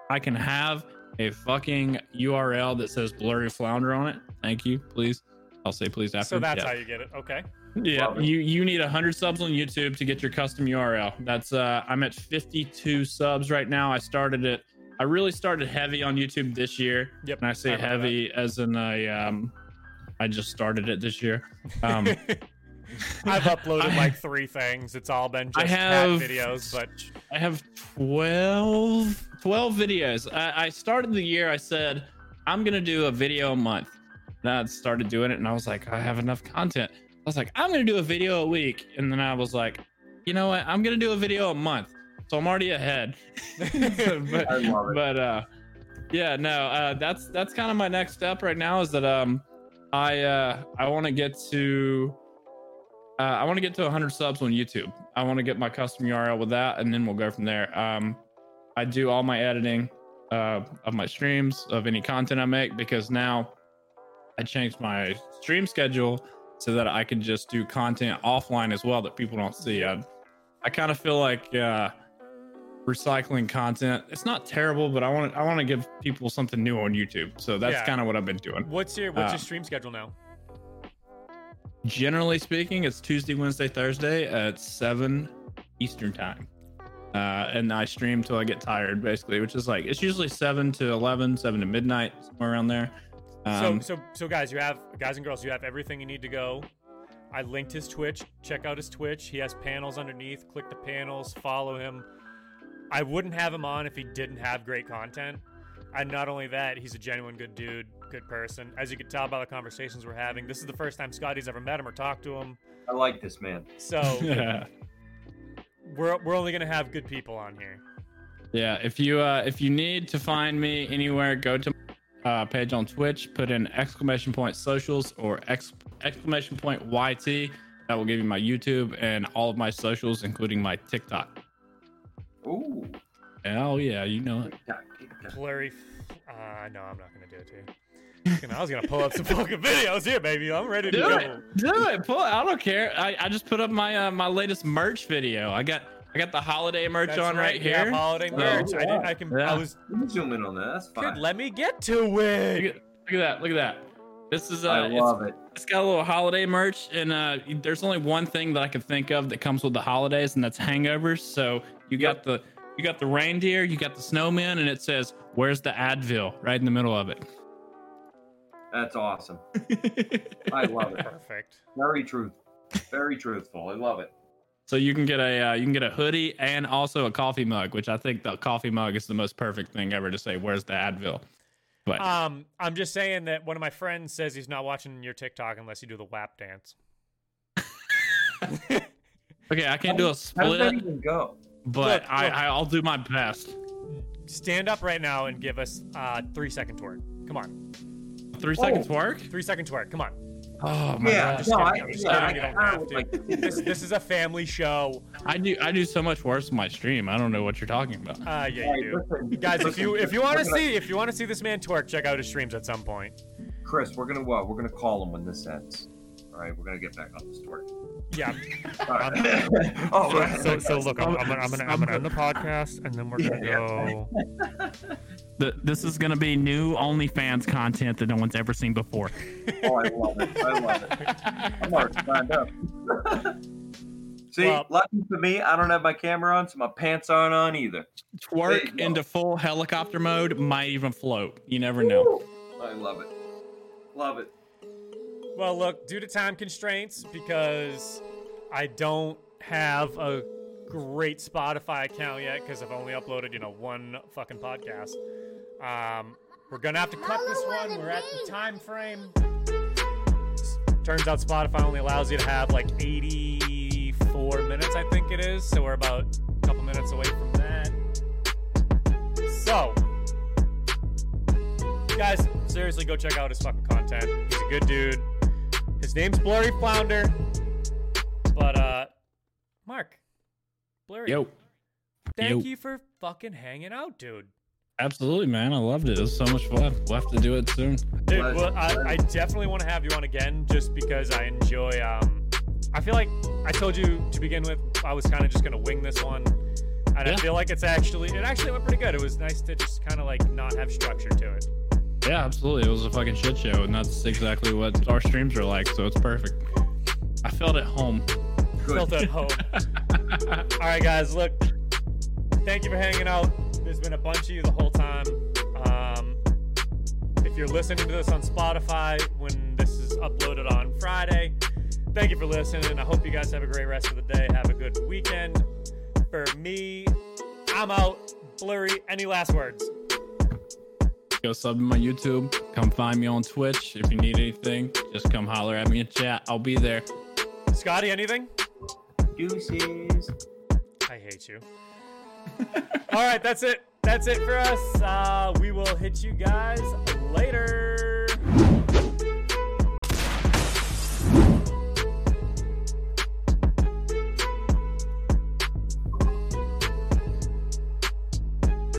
[SPEAKER 1] I can have a fucking URL that says blurry flounder on it. Thank you, please. I'll say please after.
[SPEAKER 3] So that's
[SPEAKER 1] yeah.
[SPEAKER 3] how you get it. Okay.
[SPEAKER 1] Yeah,
[SPEAKER 2] Love it.
[SPEAKER 1] you you need hundred subs on YouTube to get your custom URL. That's uh, I'm at 52 subs right now. I started it. I really started heavy on YouTube this year.
[SPEAKER 3] Yep,
[SPEAKER 1] And I
[SPEAKER 3] I
[SPEAKER 1] say
[SPEAKER 3] remember
[SPEAKER 1] heavy as in I um, I just started it this year. Um,
[SPEAKER 3] I've uploaded
[SPEAKER 1] I-
[SPEAKER 3] like three things. It's all been
[SPEAKER 1] I
[SPEAKER 3] just cat
[SPEAKER 1] have-
[SPEAKER 3] videos, but
[SPEAKER 1] I have 12, 12 videos. I, I started the year, I said, I'm going to do a video a month. And I started doing it and I was like, I have enough content. I was like, I'm going to do a video a week. And then I was like, you know what? I'm going to do a video a month. So I'm already ahead. but,
[SPEAKER 2] I love it.
[SPEAKER 1] but uh yeah no uh that's that's kind of my next step right now is that um i uh i want to get to uh, i want to get to 100 subs on youtube i want to get my custom url with that and then we'll go from there um i do all my editing uh of my streams of any content i make because now i changed my stream schedule so that i can just do content offline as well that people don't see i, I kind of feel like uh recycling content. It's not terrible, but I want I want to give people something new on YouTube. So that's
[SPEAKER 3] Yeah.
[SPEAKER 1] kind of what I've been doing.
[SPEAKER 3] what's your what's
[SPEAKER 1] Uh,
[SPEAKER 3] your stream schedule now?
[SPEAKER 1] Generally speaking, it's Tuesday, Wednesday, Thursday at seven Eastern time. Uh, and I stream till I get tired, basically, which is like it's usually seven to 11, seven to midnight, somewhere around there. Um,
[SPEAKER 3] so so so guys, you have guys and girls, you have everything you need to go. I linked his Twitch. Check out his Twitch. He has panels underneath. Click the panels. Follow him. I wouldn't have him on if he didn't have great content. And not only that, he's a genuine good dude, good person. As you can tell by the conversations we're having, this is the first time Scotty's ever met him or talked to him.
[SPEAKER 2] I like this man.
[SPEAKER 3] So
[SPEAKER 1] yeah.
[SPEAKER 3] we're we're only gonna have good people on here.
[SPEAKER 1] Yeah, if you uh, if you need to find me anywhere, go to my uh, page on Twitch, put in exclamation point socials or ex- exclamation point YT. That will give you my YouTube and all of my socials, including my TikTok.
[SPEAKER 2] Ooh.
[SPEAKER 1] Hell yeah, you know it.
[SPEAKER 2] Tick-tock, tick-tock.
[SPEAKER 3] blurry. F- uh, no, I'm not gonna do it to you. I was gonna- I was gonna pull up some fucking videos here, baby. I'm ready to
[SPEAKER 1] Do
[SPEAKER 3] go.
[SPEAKER 1] it, do it. Pull. it. I don't care. I, I just put up my uh, my latest merch video. I got I got the holiday merch
[SPEAKER 3] That's
[SPEAKER 1] on right,
[SPEAKER 3] you have
[SPEAKER 1] here.
[SPEAKER 3] holiday
[SPEAKER 2] Oh,
[SPEAKER 3] merch. I didn't.
[SPEAKER 2] yeah.
[SPEAKER 3] I can.
[SPEAKER 1] Yeah.
[SPEAKER 3] I was.
[SPEAKER 2] Let me zoom in on that. That's fine.
[SPEAKER 3] Good. Let me get to it.
[SPEAKER 1] Look at, look at that. Look at that. This is uh,
[SPEAKER 2] I
[SPEAKER 1] it's-
[SPEAKER 2] love it.
[SPEAKER 1] It's got a little holiday merch, and uh, there's only one thing that I can think of that comes with the holidays, and that's hangovers. So you got the you got the reindeer, you got the snowman, and it says, "Where's the Advil?" right in the middle of
[SPEAKER 2] That's awesome.
[SPEAKER 1] it.
[SPEAKER 2] I love it.
[SPEAKER 3] Perfect.
[SPEAKER 2] Very truthful. Very truthful. I love it.
[SPEAKER 1] so you can get a uh, you can get a hoodie and also a coffee mug, which I think the coffee mug is the most perfect thing ever to say, "Where's the Advil?" But
[SPEAKER 3] Um, I'm just saying that one of my friends says he's not watching your TikTok unless you do the WAP dance.
[SPEAKER 1] okay, I can't do a
[SPEAKER 2] How does that
[SPEAKER 3] uh,
[SPEAKER 1] split,
[SPEAKER 2] even go?
[SPEAKER 3] Oh
[SPEAKER 1] but
[SPEAKER 3] Look,
[SPEAKER 1] I,
[SPEAKER 3] look.
[SPEAKER 1] I'll do my best.
[SPEAKER 3] Stand up right now and give us uh three second twerk. Come on,
[SPEAKER 1] Three
[SPEAKER 2] Oh.
[SPEAKER 1] seconds work.
[SPEAKER 3] three second twerk. Come on.
[SPEAKER 1] Oh my
[SPEAKER 2] Yeah,
[SPEAKER 1] gosh,
[SPEAKER 2] no, I,
[SPEAKER 3] kidding, I'm just
[SPEAKER 2] yeah, I,
[SPEAKER 3] kidding, you don't
[SPEAKER 2] I
[SPEAKER 3] have
[SPEAKER 2] would
[SPEAKER 3] to.
[SPEAKER 2] like
[SPEAKER 3] This this is a family show.
[SPEAKER 1] I do I do so much worse in my stream. I don't know what you're talking about.
[SPEAKER 3] Uh,
[SPEAKER 2] All
[SPEAKER 3] yeah,
[SPEAKER 2] right,
[SPEAKER 3] you do.
[SPEAKER 2] listen,
[SPEAKER 3] Guys, if
[SPEAKER 2] listen,
[SPEAKER 3] you if you
[SPEAKER 2] we're
[SPEAKER 3] want to
[SPEAKER 2] gonna-
[SPEAKER 3] see if you want to see this man twerk, check out his streams at some point.
[SPEAKER 2] Chris, we're gonna what? We're gonna call him when this ends. All right, we're gonna get back on this story.
[SPEAKER 3] Yeah.
[SPEAKER 2] All right. oh, right.
[SPEAKER 3] So so look, I'm, I'm, gonna, I'm gonna I'm gonna
[SPEAKER 1] Some-
[SPEAKER 3] end the podcast and then we're gonna
[SPEAKER 2] Yeah,
[SPEAKER 3] go.
[SPEAKER 1] Th- this is gonna be new OnlyFans content that no onene's ever seen before.
[SPEAKER 2] oh, I love it. I love it. I'm already signed up. See,
[SPEAKER 3] Well-
[SPEAKER 2] lucky for me, I don't have my camera on, so my pants aren't on either. There you
[SPEAKER 1] Twerk
[SPEAKER 2] go.
[SPEAKER 1] into full helicopter mode might even float. You never know.
[SPEAKER 2] I love it. Love it.
[SPEAKER 3] Well, look, due to time constraints, because I don't have a great Spotify account yet, because I've only uploaded, you know, one fucking podcast. Um, we're gonna have to cut this one. We're at the time frame. S- Turns out Spotify only allows you to have like 84 minutes, I think it is. So we're about a couple minutes away from that. So, guys, seriously, go check out his fucking content. He's a good dude. His name's Blurry Flounder. But uh Mark. Blurry.
[SPEAKER 1] Yo,
[SPEAKER 3] Thank
[SPEAKER 1] yo.
[SPEAKER 3] you for fucking hanging out, dude.
[SPEAKER 1] absolutely, man. I loved it. It was so much fun. We'll have to do it soon.
[SPEAKER 3] Dude,
[SPEAKER 2] Pleasure,
[SPEAKER 3] well, I, I definitely want to have you on again just because I enjoy. Um, I feel like I told you to begin with, I was kind of just gonna wing this one, and I
[SPEAKER 1] Yeah.
[SPEAKER 3] feel like it's actually it actually went pretty good. It was nice to just kind of like not have structure to it.
[SPEAKER 1] Yeah, absolutely. It was a fucking shit show, and that's exactly what our streams are like. So it's perfect. I felt at home.
[SPEAKER 3] Built
[SPEAKER 2] Good.
[SPEAKER 3] at home. All right, guys, look. Thank you for hanging out. There's been a bunch of you the whole time. Um, if you're listening to this on Spotify when this is uploaded on Friday, thank you for listening. I hope you guys have a great rest of the day. Have a good weekend. For me, I'm out. Blurry, any last words?
[SPEAKER 1] Go sub to my YouTube. Come find me on Twitch. If you need anything, just come holler at me in chat. I'll be there.
[SPEAKER 3] Scotty, anything?
[SPEAKER 2] Deuces.
[SPEAKER 3] I hate you. All right, that's it. That's it for us. Uh, we will hit you guys